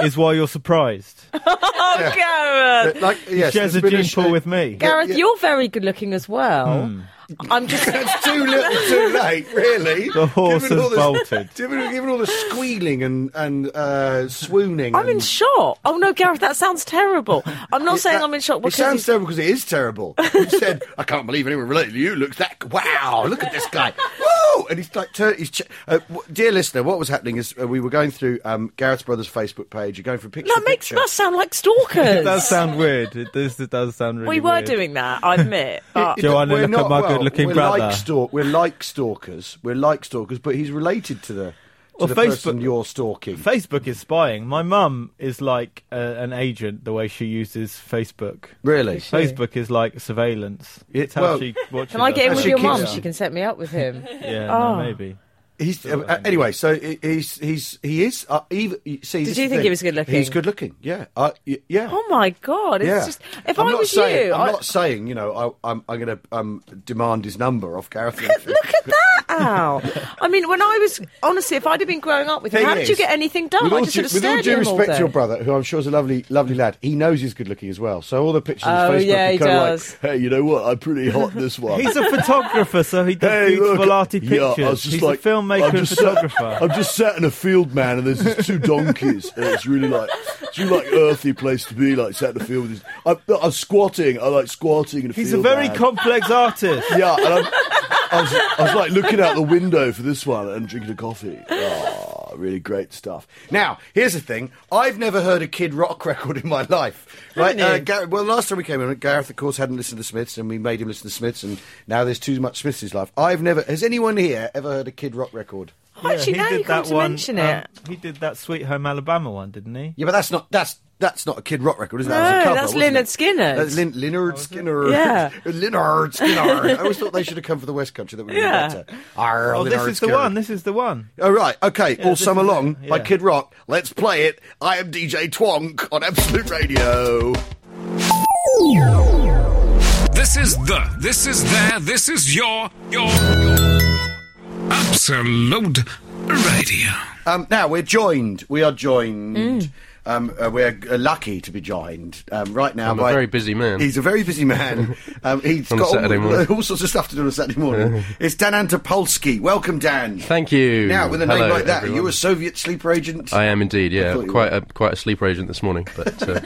E: is why you're surprised.
D: oh, Gareth,
C: like yes,
E: Shares
C: there's
E: a
C: been
E: gene
C: sh-
E: pool with me. Hmm.
D: Gareth, you're very good looking as well. I'm just.
C: That's too little, too late, really.
E: The horse
C: Given all
E: has bolted.
C: Given, given all the squealing and and uh, swooning,
D: I'm in
C: and-
D: shock. Oh no, Gareth, that sounds terrible. I'm not saying
C: that-
D: I'm in shock
C: It
D: because
C: sounds
D: he's-
C: terrible because it is terrible. He said, "I can't believe anyone related to you looks that. Wow, look at this guy. Woo!" And he's like, tur- he's ch- uh, w- dear listener, what was happening is uh, we were going through um, Gareth's brother's Facebook page. You're going through picture.
D: that makes
C: picture.
D: us sound like stalkers.
E: It does sound weird. It does, it does sound really
D: we were
E: weird.
D: doing that, I admit. But
E: Do I look at my good-looking
C: we're Like
E: brother?
C: stalk- we're like stalkers. We're like stalkers, but he's related to the, to
E: Well,
C: the
E: Facebook-
C: person you're stalking.
E: Facebook is spying. My mum is like uh, an agent the way she uses Facebook.
C: really?
E: Facebook is like surveillance. It's how
C: Well-
E: she watches.
D: can I get in
E: us.
D: with
C: She
D: your
C: keeps-
D: mum? She can set me up with him.
E: Yeah,
D: Oh.
E: no, maybe.
C: He's uh, uh, anyway. So he- he's he's he is. Uh, even, see, this is
D: you
C: the
D: think he
C: thing.
D: was good-looking?
C: He's good looking. Yeah. Uh, y- yeah.
D: Oh my god! It's
C: yeah.
D: just if
C: I'm
D: I
C: not
D: was
C: saying,
D: you,
C: I'm
D: I-
C: not saying you know I, I'm I'm going to um, demand his number off Gareth.
D: Look at that, Al. I mean, when I was honestly, if I'd have been growing up with him,
C: Thing
D: how did you
C: is,
D: get anything done?
C: With all,
D: I just
C: due,
D: sort of
C: with all
D: stared
C: due
D: at him all
C: respect
D: day.
C: to your brother, who I'm sure is a lovely, lovely lad, he knows he's good looking as well. So all the pictures
D: Oh,
C: on his Facebook
D: yeah,
C: are
D: he
C: kind
D: does.
C: of like, hey, you know what? I'm pretty hot this one.
E: He's a photographer, so he does
C: Hey, look,
E: beautiful arty
C: yeah, I was
E: pictures.
C: just
E: He's
C: like-
E: a filmmaker
C: I'm
E: and
C: just sat-
E: photographer.
F: I'm just sat in a field, man, and there's these two donkeys, and it's really like it's really like earthy place to be, like sat in a field. With these, I'm, I'm squatting. I like squatting in a
E: He's a
F: field.
E: very
F: man.
E: complex artist.
F: yeah. And I'm, I was I was like looking out the window for this one and drinking a coffee.
C: Ah,
F: Oh, really great stuff.
C: Now, here's the thing. I've never heard a Kid Rock record in my life. Right? Uh, Gar- well, last time we came in, Gareth, of course, hadn't listened to the Smiths, and we made him listen to the Smiths, and now there's too much Smiths in his life. I've never. Has anyone here ever heard a Kid Rock record?
D: Actually,
E: he
D: now
E: did
D: you come
E: that
D: to
E: one,
D: mention
E: um,
D: it.
E: he did that Sweet Home Alabama one, didn't he?
C: Yeah, but that's not. That's that's not a Kid Rock record, is that?
D: No,
C: That's a cover,
D: that's
C: wasn't
D: Lynyrd
C: it?
D: Skynyrd.
C: That's Lin-
E: Oh,
C: Lynyrd Skinner.
D: Yeah.
C: Lynyrd Skinner. I always thought they should have come for the West Country. That would have
D: Yeah.
C: been better. Ah, Arr,
E: Oh, this
C: Lynyrd
E: is the
C: Skynyrd.
E: one. This is the one.
C: Oh, right. Okay. All
E: this
C: Summer
E: is it,
C: Long by
E: yeah.
C: Kid Rock. Let's play it. I am DJ Twonk on Absolute Radio.
A: This is the, this is their, this is your, your. Absolute Radio.
C: Um, now we're joined. We are joined.
E: Mm.
C: Um, uh, we're uh, lucky to be joined um, right now.
G: I'm a
C: by,
G: very busy man.
C: He's a very busy man. um, he's
G: On a
C: got
G: Saturday
C: all,
G: morning.
C: all sorts of stuff to do on a Saturday morning. it's Dan Antopolsky. Welcome, Dan.
G: Thank you.
C: Now, with a name
G: Hello,
C: like that,
G: everyone.
C: are you a Soviet sleeper agent?
G: I am indeed.
C: thought
G: Yeah,
C: you
G: quite a quite a sleeper agent this morning, but uh,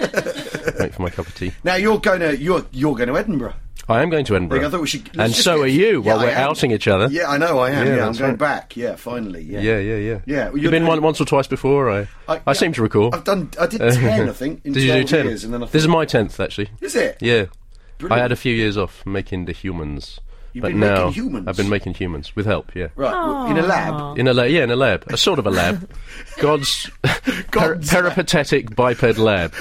G: wait for my cup of tea.
C: Now you're going to you're you're going to Edinburgh.
G: I am going to Edinburgh,
C: I thought we should. let's
G: and
C: just
G: so
C: get-
G: are you.
C: Yeah,
G: while we're
C: I am.
G: outing each other.
C: Yeah, I know. I am.
G: Yeah,
C: Yeah, I'm
G: that's
C: going
G: right.
C: back. Yeah, finally. Yeah.
G: yeah, yeah, yeah.
C: Yeah, well, you're
G: You've been
C: doing-
G: one, once or twice before. I I,
C: yeah,
G: seem to recall.
C: I've done. I did ten, I think. In
G: Did you do
C: 12
G: ten?
C: Years, and then I
G: this is
C: thought-
G: my tenth, actually.
C: Is it?
G: Yeah, I
C: Brilliant.
G: had a few years off making the humans,
C: You've
G: but
C: been making
G: now
C: humans?
G: I've been making humans with help. Yeah.
C: Right, well, in a lab.
G: In a lab, yeah, in a lab, a sort of a lab, God's, per-
C: God's-
G: peripatetic biped lab,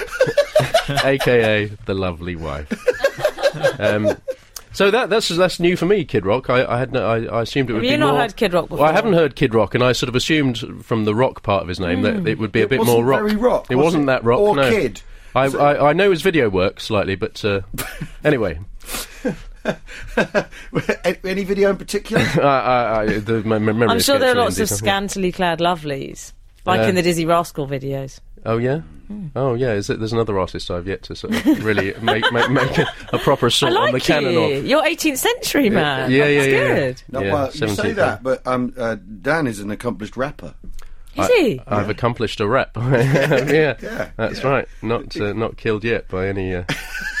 G: aka the lovely wife. Um, so that that's that's new for me, Kid Rock. I, I had no, I, I assumed it would
D: you
G: be
D: not
G: more-
D: heard Kid Rock
G: Well,
D: before?
G: I haven't heard Kid Rock, and I sort of assumed from the rock part of his name
D: Hmm.
G: that it would be a
C: It
G: bit
C: wasn't
G: more rock.
C: very rock,
G: It
C: was
G: wasn't
C: it?
G: that rock.
C: Or
G: no.
C: Kid.
G: I, I I know his video work slightly, but uh, anyway,
C: A- Any video in particular?
G: I, I, I, the, my, my memory
D: I'm sure
G: escapes
D: there are
G: me in
D: lots of
G: detail.
D: scantily clad lovelies, like in the Dizzy Rascal videos.
G: Oh yeah.
D: Hmm.
G: Oh yeah. Is it, there's another artist I've yet to sort of really make make, make a, a proper
D: I
G: assault on the
D: like
G: canon
D: you.
G: of.
D: You're 18th century man.
G: yeah,
D: That's
G: yeah, yeah, yeah.
D: good.
C: No,
G: Yeah,
C: well, you say
G: 17th,
C: that, but um, uh, Dan is an accomplished rapper.
D: Is he?
G: I've accomplished a rep. yeah,
C: Yeah,
G: that's right. Not uh, not killed yet by any uh,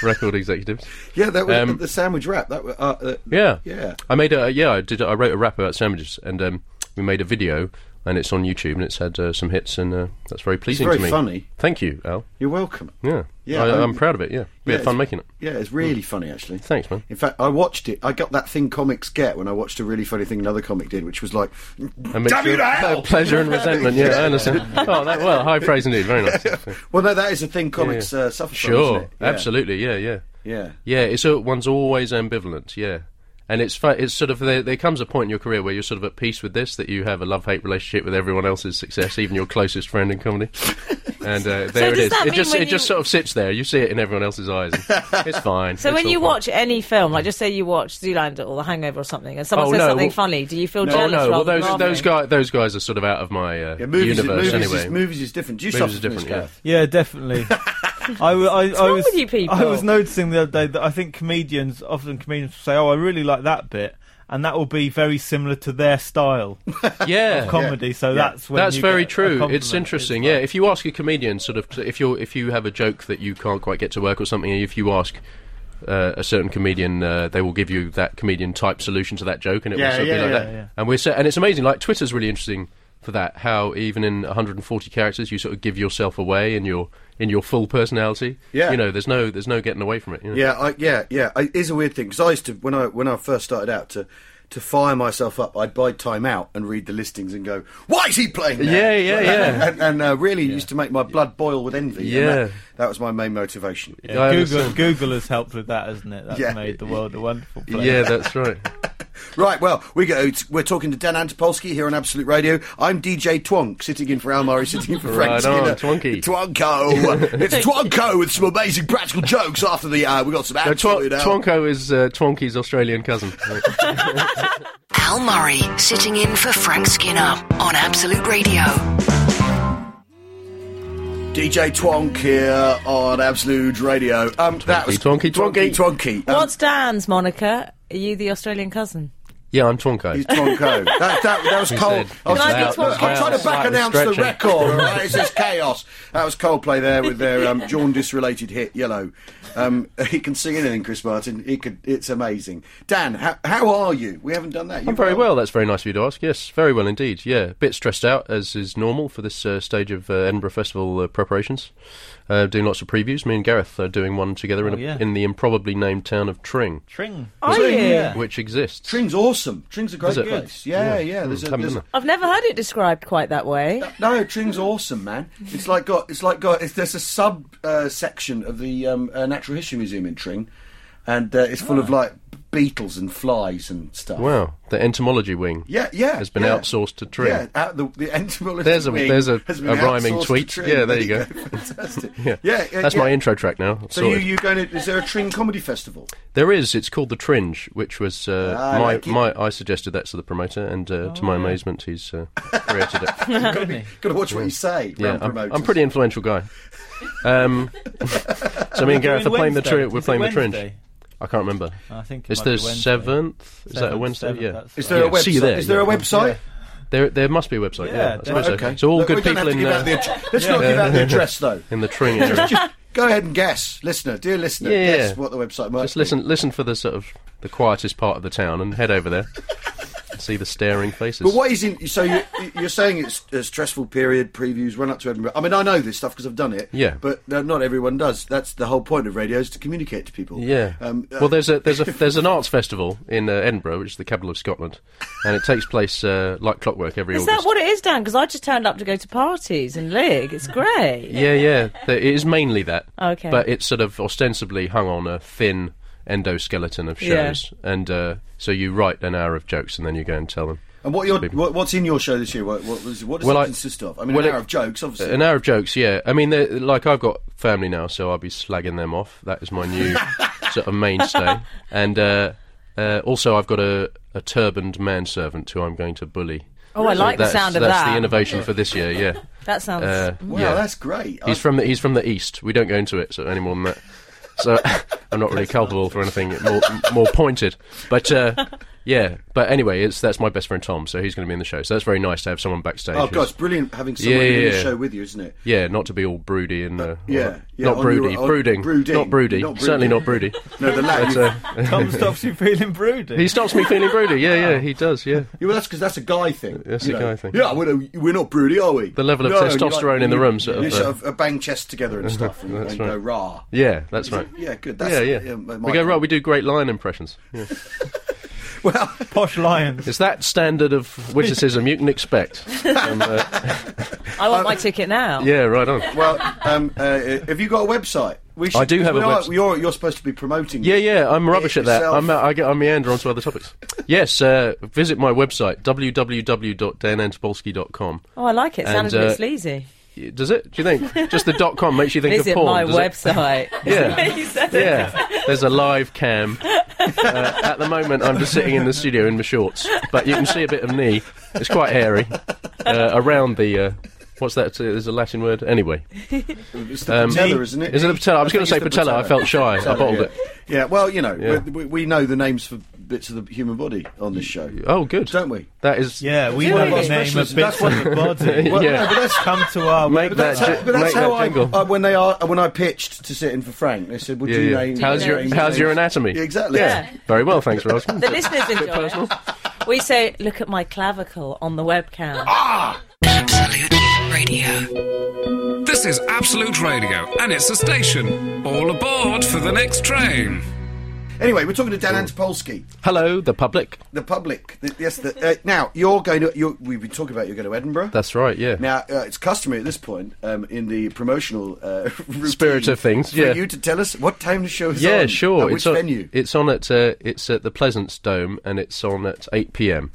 G: record executives.
C: Yeah, that was
G: Um,
C: the sandwich rap. That was, uh, uh,
G: Yeah,
C: yeah.
G: I made a yeah. I did. I wrote a rap about sandwiches, and um, we made a video, and it's on YouTube, and it's had uh, some hits, and uh, that's very pleasing
C: very
G: to me.
C: funny.
G: Thank you, Al.
C: You're welcome.
G: Yeah,
C: Yeah,
G: I,
C: I-
G: I'm proud of it. Yeah, we
C: Yeah,
G: had fun
C: it's-
G: making it.
C: Yeah, it's really funny actually.
G: Thanks, man.
C: In fact, I watched it. I got that thing comics get when I watched a really funny thing another comic did, which was like,
G: A mixture
C: you
G: of
C: to hell!
G: pleasure and resentment. Yeah, I understand. Oh, that, well, high praise indeed. Very nice.
C: well, no, that is a thing comics uh, suffer from.
G: Sure,
C: isn't it? Yeah.
G: absolutely, yeah, yeah,
C: Yeah.
G: yeah. It's uh, one's always ambivalent, yeah, and it's fa- it's sort of there, there comes a point in your career where you're sort of at peace with this that you have a love hate relationship with everyone else's success, even your closest friend in comedy. And uh, there
D: does
G: it is.
D: that
G: It
D: mean
G: just
D: when
G: it just
D: you-
G: sort of sits there. You see it in everyone else's eyes. It's fine.
D: So
G: It's
D: when
G: all
D: you
G: fine.
D: watch any film, like just say you watch Zoolander or The Hangover or something, and someone
G: Oh,
D: says
G: no,
D: something
G: well-
D: funny, do you feel
G: oh
D: jealous?
G: no,
D: rather
G: well
D: than
G: those those
D: laughing?
G: guys those guys are sort of out of my uh,
C: Yeah, movies,
G: universe
C: movies,
G: anyway.
C: is, movies is different. Do you
G: Movies
C: suffer
G: is
C: from this,
G: different, yeah.
C: Gareth?
E: Yeah, definitely. I, w- I- I
D: wrong
E: was,
D: with you people?
E: I was noticing the other day that I think comedians, often comedians say, oh, I really like that bit. And that will be very similar to their style
G: yeah.
E: of comedy. So that's when
G: That's
E: you
G: very
E: get a
G: true.
E: compliment.
G: It's interesting.
E: like-
G: yeah, if you ask a comedian, sort of, if you if you have a joke that you can't quite get to work or something, if you ask uh, a certain comedian, uh, they will give you that comedian type solution to that joke, and it
H: Yeah,
G: will sort of
H: yeah,
G: be like
H: yeah,
G: that.
E: yeah.
G: And we're so, and it's amazing. Like Twitter's really interesting for that. How even in 140 characters, you sort of give yourself away in your in your full personality.
C: Yeah.
G: you know, there's no there's no getting away from it. You know?
C: Yeah, I, yeah, yeah. I, it's a weird thing because I used to when I when I first started out to to fire myself up, I'd buy time out and read the listings and go, "Why is he playing?" That?
G: Yeah, yeah, yeah.
C: and and uh, really used to make my blood boil with envy. and
G: Yeah.
C: that, that was my main motivation. Yeah.
G: I
E: Google,
G: understand.
E: Google has helped with that, hasn't it? That's
C: Yeah.
E: made the world a wonderful place.
G: yeah, that's right.
C: Right, well, we go. We're talking to Dan Antopolsky here on Absolute Radio. I'm DJ Twonk, sitting in for Al Murray, sitting in for Frank
G: Right
C: Skinner.
G: on, Twonky.
C: Twonko. it's Twonko with some amazing practical jokes after the hour. We've got some
G: No, Twa-
C: absolute. Al.
G: Twonko is uh, Twonky's Australian cousin.
B: Al Murray sitting in for Frank Skinner on Absolute Radio.
C: DJ Twonk here on Absolute Radio. Um, that was
G: Twonky, Twonky.
C: Twonky. Um,
D: What's Dan's, Monica? Are you the Australian cousin?
G: yeah, I'm Twonko.
C: He's Twonko. that, that, that was Cole.
G: said-
C: I was
D: Can I
C: trying
D: be
C: to-
D: Twonko?
C: I'm trying to back
G: Slightly
C: announce the
G: stretching.
C: record. All right? It's just chaos. That was Coldplay there with their um, jaundice-related hit "Yellow." Um, he can sing anything, Chris Martin. He could. It's amazing. Dan, how, how are you? We haven't done that. You
G: I'm very well. That's very nice of you to ask. Yes, very well indeed. Yeah, a bit stressed out as is normal for this uh, stage of uh, Edinburgh Festival uh, preparations. Uh, doing lots of previews. Me and Gareth are doing one together in, a,
E: Oh, yeah.
G: in the improbably named town of Tring,
E: Tring.
D: Are you?
G: which exists.
C: Tring's awesome. Tring's a great
G: Is it?
C: place. Yeah, yeah. There's a,
G: Haven't
C: there's
G: been
C: a,
G: there.
D: I've never heard it described quite that way.
C: No, Tring's awesome, man. It's like got it's like got it's, there's a sub uh, section of the um, uh, Natural History Museum in Tring, and uh, it's full of like beetles and flies and stuff.
G: Ah. Wow, the entomology wing.
C: Yeah, yeah.
G: Has been
C: yeah.
G: outsourced to Tring.
C: Yeah, out the, the entomology
G: There's a-
C: wing
G: there's a-
C: has been
G: a rhyming
C: outsourced to
G: tweet.
C: Tring.
G: Yeah, there you go.
C: Fantastic.
G: Yeah,
C: yeah, yeah,
G: that's my
C: yeah.
G: intro track now.
C: So you
G: Sorted.
C: you going to is there a Tring comedy festival?
G: There is. It's called the Tringe, which was uh,
C: Ah, I
G: my
C: like it. Oh,
G: my. I suggested that to the promoter, and uh, to my amazement, he's uh, created it.
C: Got to watch what you say.
G: yeah,
C: round
G: I'm,
C: promoters.
G: I'm pretty influential guy. Um, so me and Gareth are playing the
E: Wednesday.
G: Tringe. We're
E: Is it
G: playing the
E: Wednesday?
G: Tringe. I can't remember.
E: I think it
G: it's
E: might
G: the
E: be Wednesday.
G: seventh. Is that a
E: Seventh,
G: Wednesday?
E: seventh,
G: yeah.
E: that's
C: Is there a
G: Yeah,
C: website?
G: see you there,
C: Is there
G: yeah.
C: a website?
G: There, there must be a website.
E: Yeah,
G: Yeah, I suppose
E: definitely.
G: so. So all
C: Look, we
G: good
C: don't have to
G: people in
C: give out the
G: uh,
C: address. Let's not give out the address though.
G: in the Tringe area.
C: Just go ahead and guess, listener, dear listener.
G: Yeah.
C: Guess what the website might
G: Just
C: be.
G: listen, listen for the sort of the quietest part of the town, and head over there. see the staring faces.
C: But what is in? So you, you're saying it's a stressful period. Previews run up to Edinburgh. I mean, I know this stuff because I've done it.
G: Yeah.
C: But no, not everyone does. That's the whole point of radio is to communicate to people.
G: Yeah.
C: Um, uh,
G: well, there's a there's a there's an arts festival in uh, Edinburgh, which is the capital of Scotland, and it takes place uh, like clockwork every
D: Is
G: August.
D: that what it is, Dan? Because I just turned up to go to parties and lig. It's great.
G: yeah, yeah. Th- It is mainly that.
D: Okay.
G: But it's sort of ostensibly hung on a thin endoskeleton of
D: Yeah.
G: shows, and uh, so you write an hour of jokes and then you go and tell them.
C: And what your what, what's in your show this year? What, what, was- what does
G: Well,
C: it
G: I-
C: consist of? I mean,
G: well,
C: an
G: it-
C: hour of jokes, obviously.
G: Uh, An hour of jokes, yeah. I mean, they're- like I've got family now, so I'll be slagging them off. That is my new sort of mainstay. And uh, uh, also, I've got a, a turbaned manservant who I'm going to bully.
D: Oh, I like the
G: that's,
D: sound of
G: that's
D: that.
G: the innovation for this year. Yeah.
D: That sounds.
G: Uh,
C: wow,
G: yeah.
C: that's great.
G: He's
C: I-
G: from the he's from the east. We don't go into it so any more than that. So I'm not really culpable for anything more more pointed. But uh, yeah. But anyway, it's that's my best friend Tom. So he's going to be in the show. So that's very nice to have someone backstage.
C: Oh
G: who's-
C: God, it's brilliant having someone
G: Yeah,
C: in
G: yeah,
C: the
G: yeah.
C: show with you, isn't it?
G: yeah, not to be all broody and uh,
C: yeah,
G: all that.
C: yeah,
G: not
C: on your-
G: broody,
C: on-
G: brooding,
C: brooding,
G: not broody,
C: not
G: certainly
C: broody.
G: not broody.
C: No, the latter.
G: So
E: Tom stops you feeling broody.
G: he stops me feeling broody. Yeah, yeah, he does. Yeah,
C: Yeah, well, that's because that's a guy thing.
G: That's
C: you
G: a
C: know.
G: guy thing.
C: Yeah, we're, we're not broody, are we?
G: The level of
C: you're
G: testosterone in the
C: you-
G: room, sort
C: you
G: of,
C: sort
G: uh,
C: of uh, bang chests together and stuff, and,
G: That's
C: and
G: right.
C: go rah.
G: yeah, that's right.
C: Yeah, good. That's,
G: yeah, yeah.
C: my-
G: we go right. We do great lion impressions. Yeah.
C: Well,
E: Posh lions.
G: It's that standard of witticism you can expect. Um, uh,
D: I want my ticket now.
G: yeah, right on.
C: well. Um, uh, have you got a website? We
G: I do have
C: we
G: a
C: are-
G: website.
C: You're, you're supposed to be promoting.
G: Yeah, yeah, I'm rubbish at that.
C: yourself.
G: I'm, uh, I, get, I meander onto other topics. Yes, uh, visit my website, www.danantopolsky.com.
D: Oh, I like it.
G: And,
D: Sounded a bit
G: uh,
D: sleazy.
G: Does it? Do you think? Just the dot com makes you think
D: Visit
G: of porn.
D: my
G: does it?
D: website.
G: Yeah.
D: He said it.
G: Yeah, there's a live cam. Uh, at the moment, I'm just sitting in the studio in my shorts, but you can see a bit of knee. It's quite hairy uh, around the uh, What's that? There's a Latin word. Anyway,
C: It's the patella, isn't it?
G: Um, is it a patella? I was
C: think
G: going
C: it's
G: to say
C: the
G: patella. I felt shy. I
C: Patella,
G: bottled
C: yeah.
G: it.
C: Yeah, well, you know,
G: Yeah.
C: we, we know the names for bits of the human body on this show,
G: Oh, good.
C: don't we?
G: That is.
E: Yeah, we
C: Yeah,
E: know
C: well,
E: the name of
C: specialist,
E: bits
C: that's
E: of the body.
G: Well, Yeah. no, but
E: come to our
G: Make
E: website.
G: that
C: That's how-
G: ju-
C: but that's
G: make
C: how
G: that
C: I,
G: jingle.
C: uh, when they are when I pitched to sit in for Frank, they said, "Would
G: Yeah,
C: you
G: yeah.
C: name
G: How's your
C: name
G: How's your
C: names?"
G: anatomy?
C: Yeah, exactly.
D: Yeah.
G: Very well, thanks for asking.
D: The listeners enjoy it. We say, look at my clavicle on the webcam.
G: Ah!
B: Absolute Radio.
A: This is Absolute Radio, and it's a station. All aboard for the next train.
C: Anyway, we're talking to Dan Antopolsky,
G: Hello, the public.
C: the public. The, yes, the, uh, now you're going to. You're, we've been talking about you're going to Edinburgh.
G: That's right. Yeah.
C: Now uh, it's customary at this point um, in the promotional uh, routine
G: Spirit of things,
C: for
G: yeah.
C: you to tell us what time the show is on.
G: yeah, sure.
C: at which
G: it's on,
C: venue?
G: It's on at uh, it's at the Pleasance Dome, and it's on at eight p.m.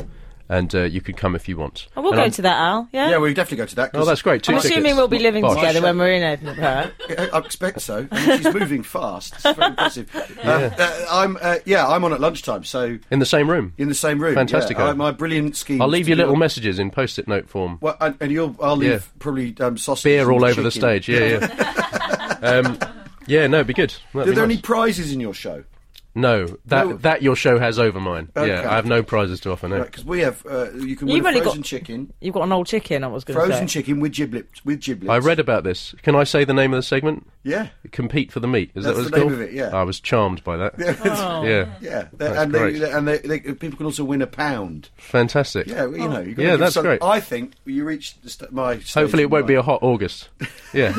G: And uh, you can come if you want.
D: I will
G: And
D: Oh, go
G: I'm-
D: to that, Al. Yeah.
C: yeah, we definitely go to that. 'cause
G: Oh, that's great. Two
D: I'm assuming
G: tickets.
D: we'll be living
G: Bosh.
D: together when we're in Edinburgh.
C: I I expect so. I mean, she's moving fast. It's very impressive. Uh, uh, I'm uh, yeah, I'm on at lunchtime, so
G: in the same room.
C: in the same room.
G: Fantastico.
C: Yeah, I- my brilliant scheme.
G: I'll
C: is
G: leave
C: to
G: you
C: do
G: little
C: a-
G: messages in post-it note form.
C: Well, and, and you'll I'll leave
G: Yeah.
C: probably um, sausage
G: Beer all over the stage. Yeah, yeah. um, yeah, no, it'd be good. That'd
C: Are
G: be
C: there
G: nice.
C: any prizes in your show?
G: No, that
C: No.
G: that your show has over mine.
C: Okay.
G: Yeah, I have no prizes to offer. No.
C: Because we have uh, you can win
D: You've
C: a
D: only
C: frozen
D: got-
C: chicken,
D: You've got an old chicken, I was going to say.
C: frozen chicken with giblets. With giblets.
G: I read about this. Can I say the name of the segment?
C: Yeah,
G: Compete for the meat. Is
C: That's
G: that what it's
C: the name
G: called?
C: of it, yeah.
G: I was charmed by that. Yeah.
D: Oh.
G: yeah.
C: yeah. They-
G: That's
C: and they,
G: great.
C: and they, they, people can also win a pound.
G: Fantastic.
C: Yeah,
D: Oh.
C: you know. You
G: Yeah, that's great.
C: I think you reach the st- my. stage
G: Hopefully it won't
C: tonight.
G: be a hot August. Yeah.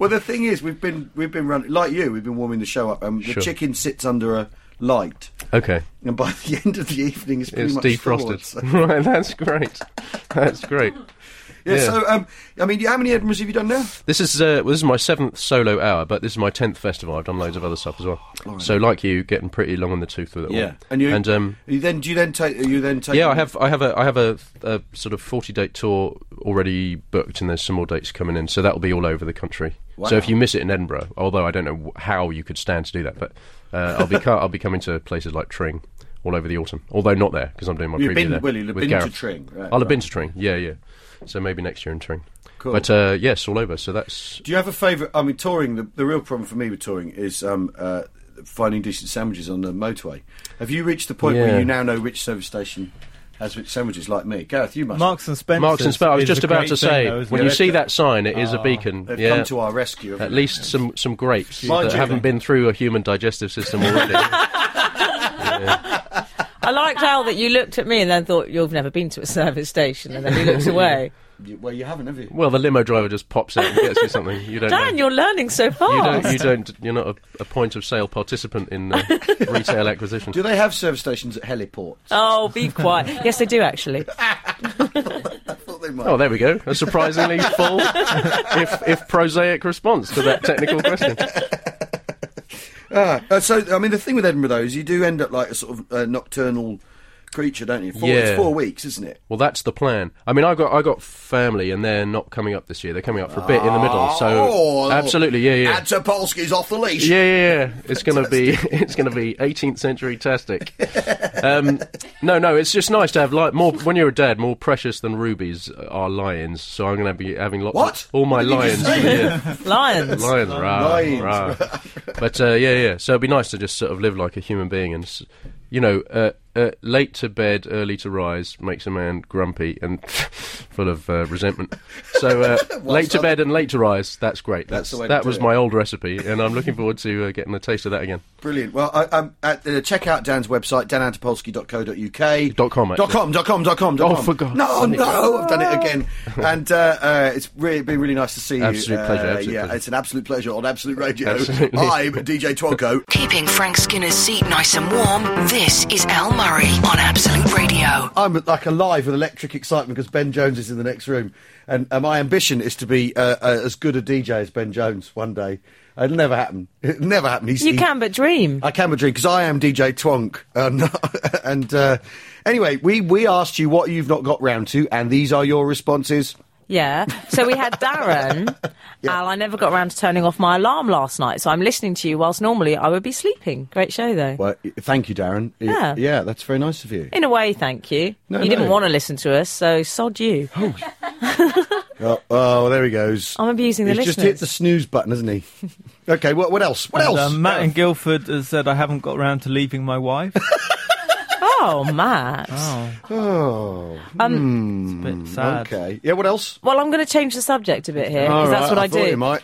C: Well, the thing is, we've been we've been running like you. We've been warming the show up. Um, The
G: Sure.
C: chicken sits under a light,
G: okay.
C: and by the end of the evening, it's pretty
G: It's
C: much thawed,
G: defrosted.
C: so-
G: right, that's great. That's great.
C: yeah,
G: Yeah.
C: So, um, I mean, how many Edinburghs have you done now?
G: This is uh, well, this is my seventh solo hour, but this is my tenth festival. I've done loads of other stuff as well. So, like you, getting pretty long in the tooth with it all.
C: and you
G: and um,
C: you then do you then take you then take
G: Yeah, I have. I have a. I have a, a sort of forty-date tour already booked, and there's some more dates coming in. So that will be all over the country. So if you miss it in Edinburgh, although I don't know wh- how you could stand to do that, but uh, I'll be co- I'll be coming to places like Tring all over the autumn. Although not there because I'm doing my
C: You've
G: preview
C: been-
G: there
C: well, you'll have
G: with
C: been to
G: Gareth.
C: Tring, right,
G: I'll have been to Tring. Yeah, yeah. So maybe next year in Tring.
C: Cool.
G: But uh, yes, all over. So that's
C: Do you have a favourite? I mean, touring. The, the real problem for me with touring is um, uh, finding decent sandwiches on the motorway. Have you reached the point where
G: Yeah.
C: you now know which service station has which sandwiches? Like me, Gareth, you must.
E: Marks and Spencer.
G: Marks and Spencer. I was
E: is
G: just
E: a
G: about
E: great
G: to
E: thing,
G: say
E: though, isn't
G: when
E: it? Ah,
G: you see that sign, it is a beacon.
C: have
G: yeah.
C: come to our rescue. haven't
G: At
C: they?
G: least some, some grapes
C: Mind
G: that
C: you-
G: haven't been through a human digestive system already.
D: I liked, Al, that you looked at me and then thought, you've never been to a service station. And then he looked away.
C: You- well, you haven't, have you?
G: Well, the limo driver just pops out and gets you something. You don't.
D: Dan,
G: know.
D: you're learning so
G: you
D: fast.
G: don't. You don't. You're not a, a point of sale participant in uh, retail acquisition.
C: Do they have service stations at heliports?
D: Oh, be quiet. Yes, they do, actually.
C: thought they might.
G: Oh, there we go. A surprisingly full, if if prosaic response to that technical question.
C: Uh, so, I mean, the thing with Edinburgh, though, is you do end up like a sort of uh, nocturnal creature, don't you? Four, It's
G: Yeah.
C: four weeks, isn't it?
G: Well, that's the plan. I mean, I got I got family, and they're not coming up this year. They're coming up for a bit in the middle. So
C: Oh,
G: absolutely, yeah, yeah.
C: Antopolsky's off the leash.
G: Yeah, yeah, yeah. It's gonna be it's gonna be 18th century tastic. Um, no, no, it's just nice to have like more when you're a dad. More precious than rubies are lions, so I'm gonna be having lots.
C: What?
G: Of, all my
C: What did you
G: lions.
C: just
G: for the
C: say?
G: year.
D: Lions.
G: Lions, rah,
C: Lions,
G: rah. But uh, yeah, yeah. So it'd be nice to just sort of live like a human being, and s- you know, uh, uh, late to bed, early to rise makes a man grumpy and full of uh, resentment. So uh, late to bed and late to rise. That's great. That's,
C: the way to
G: that
C: do
G: was
C: it.
G: my old recipe, and I'm looking forward to uh, getting a taste of that again.
C: Brilliant. Well, I, um, at, uh, check out Dan's website, danantopolsky.co.uk.
G: Dot com,
C: Dot
G: actually.
C: com, dot com, dot com, dot
G: Oh,
C: com.
G: for God's
C: No,
G: sake.
C: no, I've done it again. And uh, uh, it's really, been really nice to see you.
G: Absolute
C: Uh,
G: pleasure, absolute
C: yeah,
G: pleasure.
C: it's an absolute pleasure on Absolute Radio.
G: Absolutely.
C: I'm DJ Twonko.
B: Keeping Frank Skinner's seat nice and warm, this is Al Murray on Absolute Radio.
C: I'm like alive with electric excitement because Ben Jones is in the next room, and uh, my ambition is to be uh, uh, as good a DJ as Ben Jones one day. It'll never happen. It'll never happen. He's,
D: You
C: he-
D: can but dream.
C: I can but dream because I am DJ Twonk. Um, and uh, anyway, we we asked you what you've not got round to, and these are your responses.
D: Yeah. So we had Darren. Al, I never got around to turning off my alarm last night, so I'm listening to you whilst normally I would be sleeping. Great show, though.
C: Well, i- thank you, Darren. I-
D: Yeah.
C: yeah, that's very nice of you.
D: In a way, thank you.
C: No,
D: you didn't
C: no.
D: want to listen to us, so sod you.
C: Oh, oh, there he goes.
D: I'm abusing the
C: He's just hit
D: listeners.
C: the snooze button, hasn't he? okay, what, what else? What
E: And,
C: else?
E: uh, Matt in Guildford has said, I haven't got around to leaving my wife.
D: Oh, Matt.
C: Ah. oh,
E: It's a bit sad.
C: okay. Yeah, what else?
D: Well, I'm going to change the subject a bit here
C: All
D: because that's
C: right,
D: what I,
C: thought you
D: do.
C: might.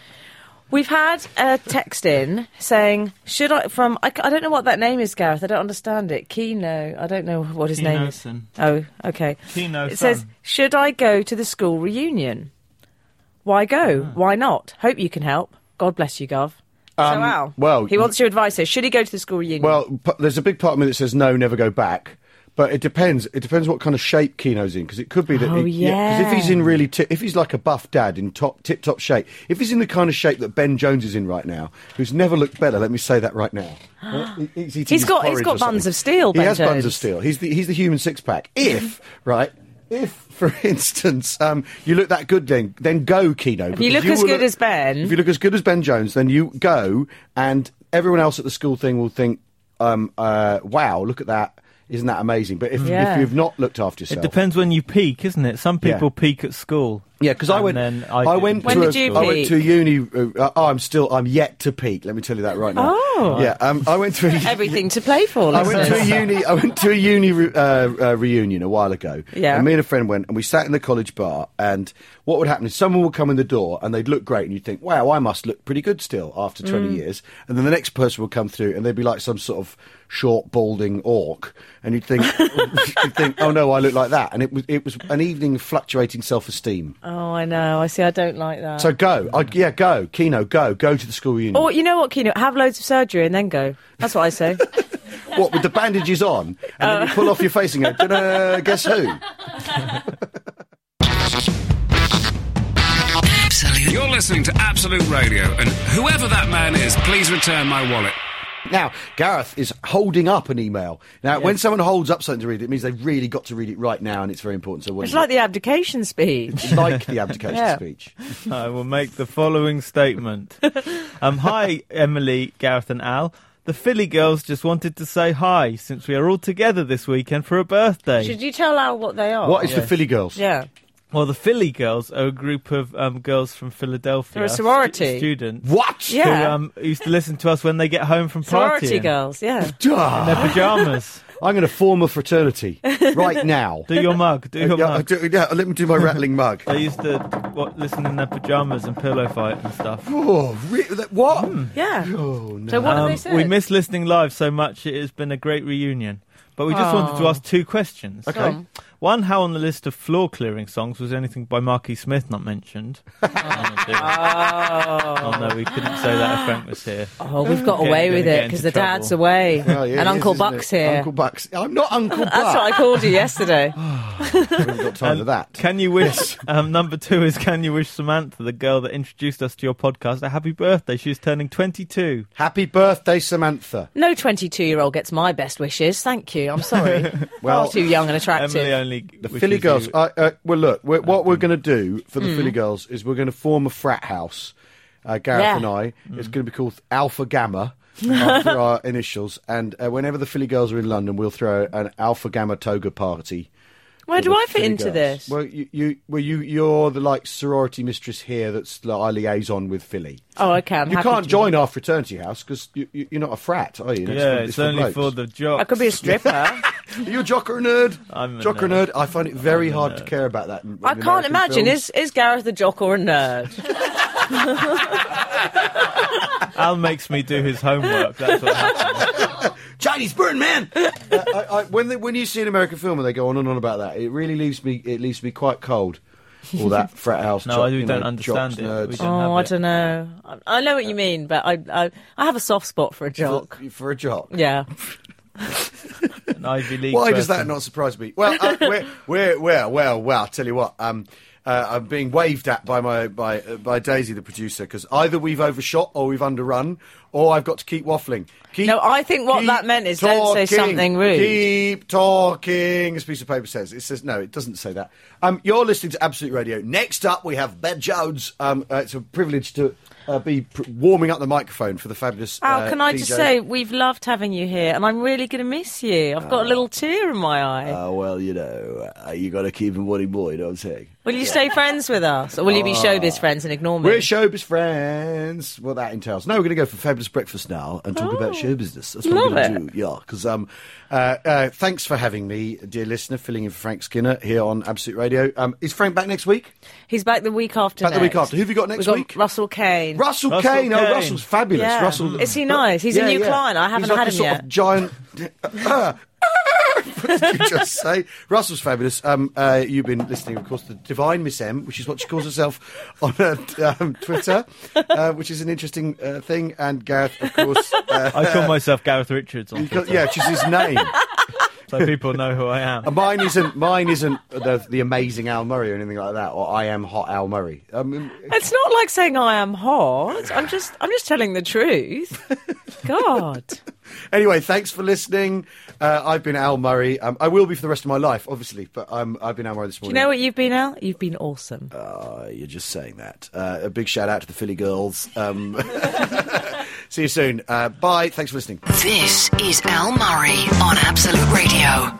D: We've had a text in saying, "Should I?" From I, c- I don't know what that name is, Gareth. I don't understand it. Kino. I don't know what his name is.
E: Kinoson.
D: Oh, okay.
E: Kino
D: It says,
E: Son.
D: "Should I go to the school reunion? Why go?
C: Ah.
D: Why not? Hope you can help. God bless you, Gov." so, Al,
C: Um, well,
D: he wants your advice here. Should he go to the school reunion?
C: Well, p- there's a big part of me that says no, never go back. But it depends. It depends what kind of shape Kino's in, because it could be that.
D: Oh,
C: he- Because
D: yeah.
C: if he's in really, ti if he's like a buff dad in top, tip-top shape, if he's in the kind of shape that Ben Jones is in right now, who's never looked better. Let me say that right now. Uh, he- he's, eating
D: He's
C: his
D: got- he's
C: porridge
D: got
C: or something.
D: buns of steel,
C: He
D: Ben
C: has buns of
D: Jones.
C: steel. He's the he's the human six pack. If right. If, for instance, um, you look that good, then then go, Kino.
D: you
C: because
D: look as
C: will
D: good as Ben-
C: if you look as good as Ben Jones, then you go, and everyone else at the school thing will think, um, uh, "Wow, look at that! Isn't that amazing?" But if,
D: Yeah.
C: if you've not looked after
E: It
C: yourself,
E: depends when you peak, isn't it? Some
C: Yeah.
E: people peak at school.
C: Yeah, because I
E: And
C: went.
E: then
C: I,
E: didn't.
C: went.
D: When
C: to
D: did
C: a,
D: you
C: I went
D: peak?
C: to uni. Uh, uh, oh, I'm still. I'm yet to peak. Let me tell you that right now.
D: Oh.
C: yeah. Um, I went to a,
D: everything to play for.
C: I went to a
D: listeners.
C: uni. I went to a uni re, uh, uh, reunion a while ago.
D: Yeah.
C: And me and a friend went, and we sat in the college bar. And what would happen is someone would come in the door, and they'd look great, and you'd think, "Wow, I must look pretty good still after 20
D: Mm.
C: years." And then the next person would come through, and they'd be like some sort of short, balding orc, and you'd think, you'd think, "Oh no, I look like that." And it was it was an evening of fluctuating self-esteem.
D: Oh, I know. I see. I don't like that.
C: So go, I, yeah, go, Kino, go, go to the school reunion.
D: or you know what, Kino? Have loads of surgery and then go. That's what I say.
C: What with the bandages on, and then you pull off your face and go, "Ta-da, guess who?
B: Absolute.
A: You're listening to Absolute Radio, and whoever that man is, please return my wallet.
C: Now, Gareth is holding up an email. Now, when someone holds up something to read, it means they've really got to read it right now, and it's very important. So, what
D: It's
C: is
D: like
C: it?
D: the abdication speech.
C: It's like the abdication
D: Yeah.
C: speech.
E: I will make the following statement. Um, hi, Emily, Gareth, and Al. The Philly girls just wanted to say hi since we are all together this weekend for a birthday.
D: Should you tell Al what they are?
C: What is the Philly girls?
D: Yeah.
E: Well, the Philly girls are a group of um, girls from Philadelphia.
D: They're a sorority.
E: stu- students.
C: What?
E: Who
D: Yeah.
E: um, used to listen to us when they get home from
D: Sorority
E: partying.
D: girls, yeah.
C: Duh.
E: Their pajamas.
C: I'm going to form a fraternity right now.
E: do your mug. Do your
C: Uh, Yeah, I
E: mug.
C: do- yeah, let me do my rattling mug.
E: They used to what, listen in their pajamas and pillow fight and stuff.
C: Oh, re- that- what?
D: Yeah.
C: Oh, no.
D: Hmm. So what have
E: Um,
D: they said?
E: we miss listening live so much. It has been a great reunion. But we just wanted to ask two questions.
C: Okay. on.
E: One, how on the list of floor clearing songs was anything by Marky Smith not mentioned? oh, dear. Oh, no, we couldn't say that if Frank was here.
D: oh, we've got
E: Get-
D: away with
E: gonna
D: it
E: get
D: because
E: into
D: the
E: trouble.
D: dad's away
C: Well, Oh, yeah,
D: and
C: it
D: Uncle
C: is, isn't
D: Buck's
C: it?
D: here.
C: Uncle Bucks. I'm not Uncle Buck.
D: That's what I called you yesterday.
C: I haven't got time for that.
E: Can you wish um, number two is can you wish Samantha, the girl that introduced us to your podcast, a happy birthday? She's turning twenty-two.
C: Happy birthday, Samantha.
D: No 22 year old gets my best wishes. Thank you. I'm sorry.
C: Well,
D: Far too young and attractive.
E: Emily only
C: The Philly girls. I, uh, well, look, we're, what
E: Mm.
C: we're going to do for the Philly girls is we're going to form a frat house. Uh, Gareth
D: Yeah.
C: and I.
E: Mm.
C: It's going to be called Alpha Gamma after our initials. And uh, whenever the Philly girls are in London, we'll throw an Alpha Gamma toga party.
D: Where
C: for
D: do
C: the
D: I fit
C: Philly
D: into
C: girls.
D: this?
C: Well, you, you, well, you, you're the like sorority mistress here. That's like, our liaison with Philly.
D: oh, okay. I'm
C: you
D: happy
C: can't
D: to-
C: join our fraternity house because you, you, you're not a frat, are you?
E: Yeah, it's,
C: for
E: only
C: blokes.
E: for the job.
D: I could be a stripper.
C: Are you a jock or a nerd?
E: I'm a
C: jock or
E: nerd.
C: nerd. I find it very hard to care about that. in- in
D: I can't
C: American
D: imagine.
C: films.
D: Is, is Gareth a jock or a nerd?
E: Al makes me do his homework. That's what happens.
C: Chinese burn man. I, I, when they, when you see an American film and they go on and on about that, it really leaves me it leaves me quite cold. All that frat house.
E: No,
C: jock,
E: I
C: you
E: don't
C: know,
E: understand
C: jocks,
E: it. We
C: Nerds.
E: don't have
D: Oh, I
E: it.
D: don't know. I, I know what you mean, but I, I I have a soft spot for a jock.
C: For, for a jock.
D: Yeah.
E: An Ivy League.
C: Why does that
E: person.
C: not surprise me? Well, uh, we're, we're, we're, well, well. I'll tell you what. Um, uh, I'm being waved at by my by uh, by Daisy, the producer, because either we've overshot or we've underrun, or I've got to keep waffling. Keep,
D: No, I think what
C: keep
D: that meant is don't say something rude.
C: Keep talking, this piece of paper says. It says, no, it doesn't say that. Um, you're listening to Absolute Radio. Next up, we have Ben Jones. Um, uh, it's a privilege to uh, be pr- warming up the microphone for the fabulous.
D: Al,
C: uh,
D: Oh, can I
C: DJ.
D: just say we've loved having you here, and I'm really going to miss you. I've got a little tear in my eye.
C: Oh. Uh, well, you know, uh, you got to keep him what he boy, don't say.
D: will you stay friends with us, or will you be showbiz friends and ignore me?
C: Uh, We're showbiz friends. What that entails. No, we're going to go for fabulous breakfast now and talk about show business. That's what
D: Oh, Love
C: we're going to
D: it.
C: do. Yeah, because um, uh, uh, thanks for having me, dear listener, filling in for Frank Skinner here on Absolute Radio. Um, is Frank back next week?
D: He's back the week after.
C: Back the week
D: next.
C: after. Who've you got next
D: We've got
C: week?
D: Russell Kane.
C: Russell,
E: Russell
C: Kane. Oh,
E: Kane.
C: Russell's fabulous.
D: Yeah.
C: Russell,
D: Is he nice? He's a new client. I haven't
C: He's like
D: had
C: a
D: him
C: sort
D: yet.
C: Of giant. what did you just say? Russell's fabulous. Um, uh, you've been listening, of course, to Divine Miss M, which is what she calls herself on her um, Twitter, uh, which is an interesting uh, thing. And Gareth, of course, uh,
E: I call myself Gareth Richards on
C: because-
E: Twitter,
C: yeah, which is his name.
E: so people know who I am.
C: Mine isn't. Mine isn't the, the amazing Al Murray or anything like that, or I am hot Al Murray. Um,
D: It's not like saying I am hot. I'm just I'm just telling the truth. God.
C: Anyway, thanks for listening. Uh, I've been Al Murray. Um, I will be for the rest of my life, obviously, but I'm, I've been Al Murray this
D: Do you
C: morning.
D: know what you've been Al? You've been awesome.
C: Uh, you're just saying that. Uh, a big shout out to the Philly girls. Um, see you soon. Uh, bye. Thanks for listening.
B: This is Al Murray on Absolute Radio.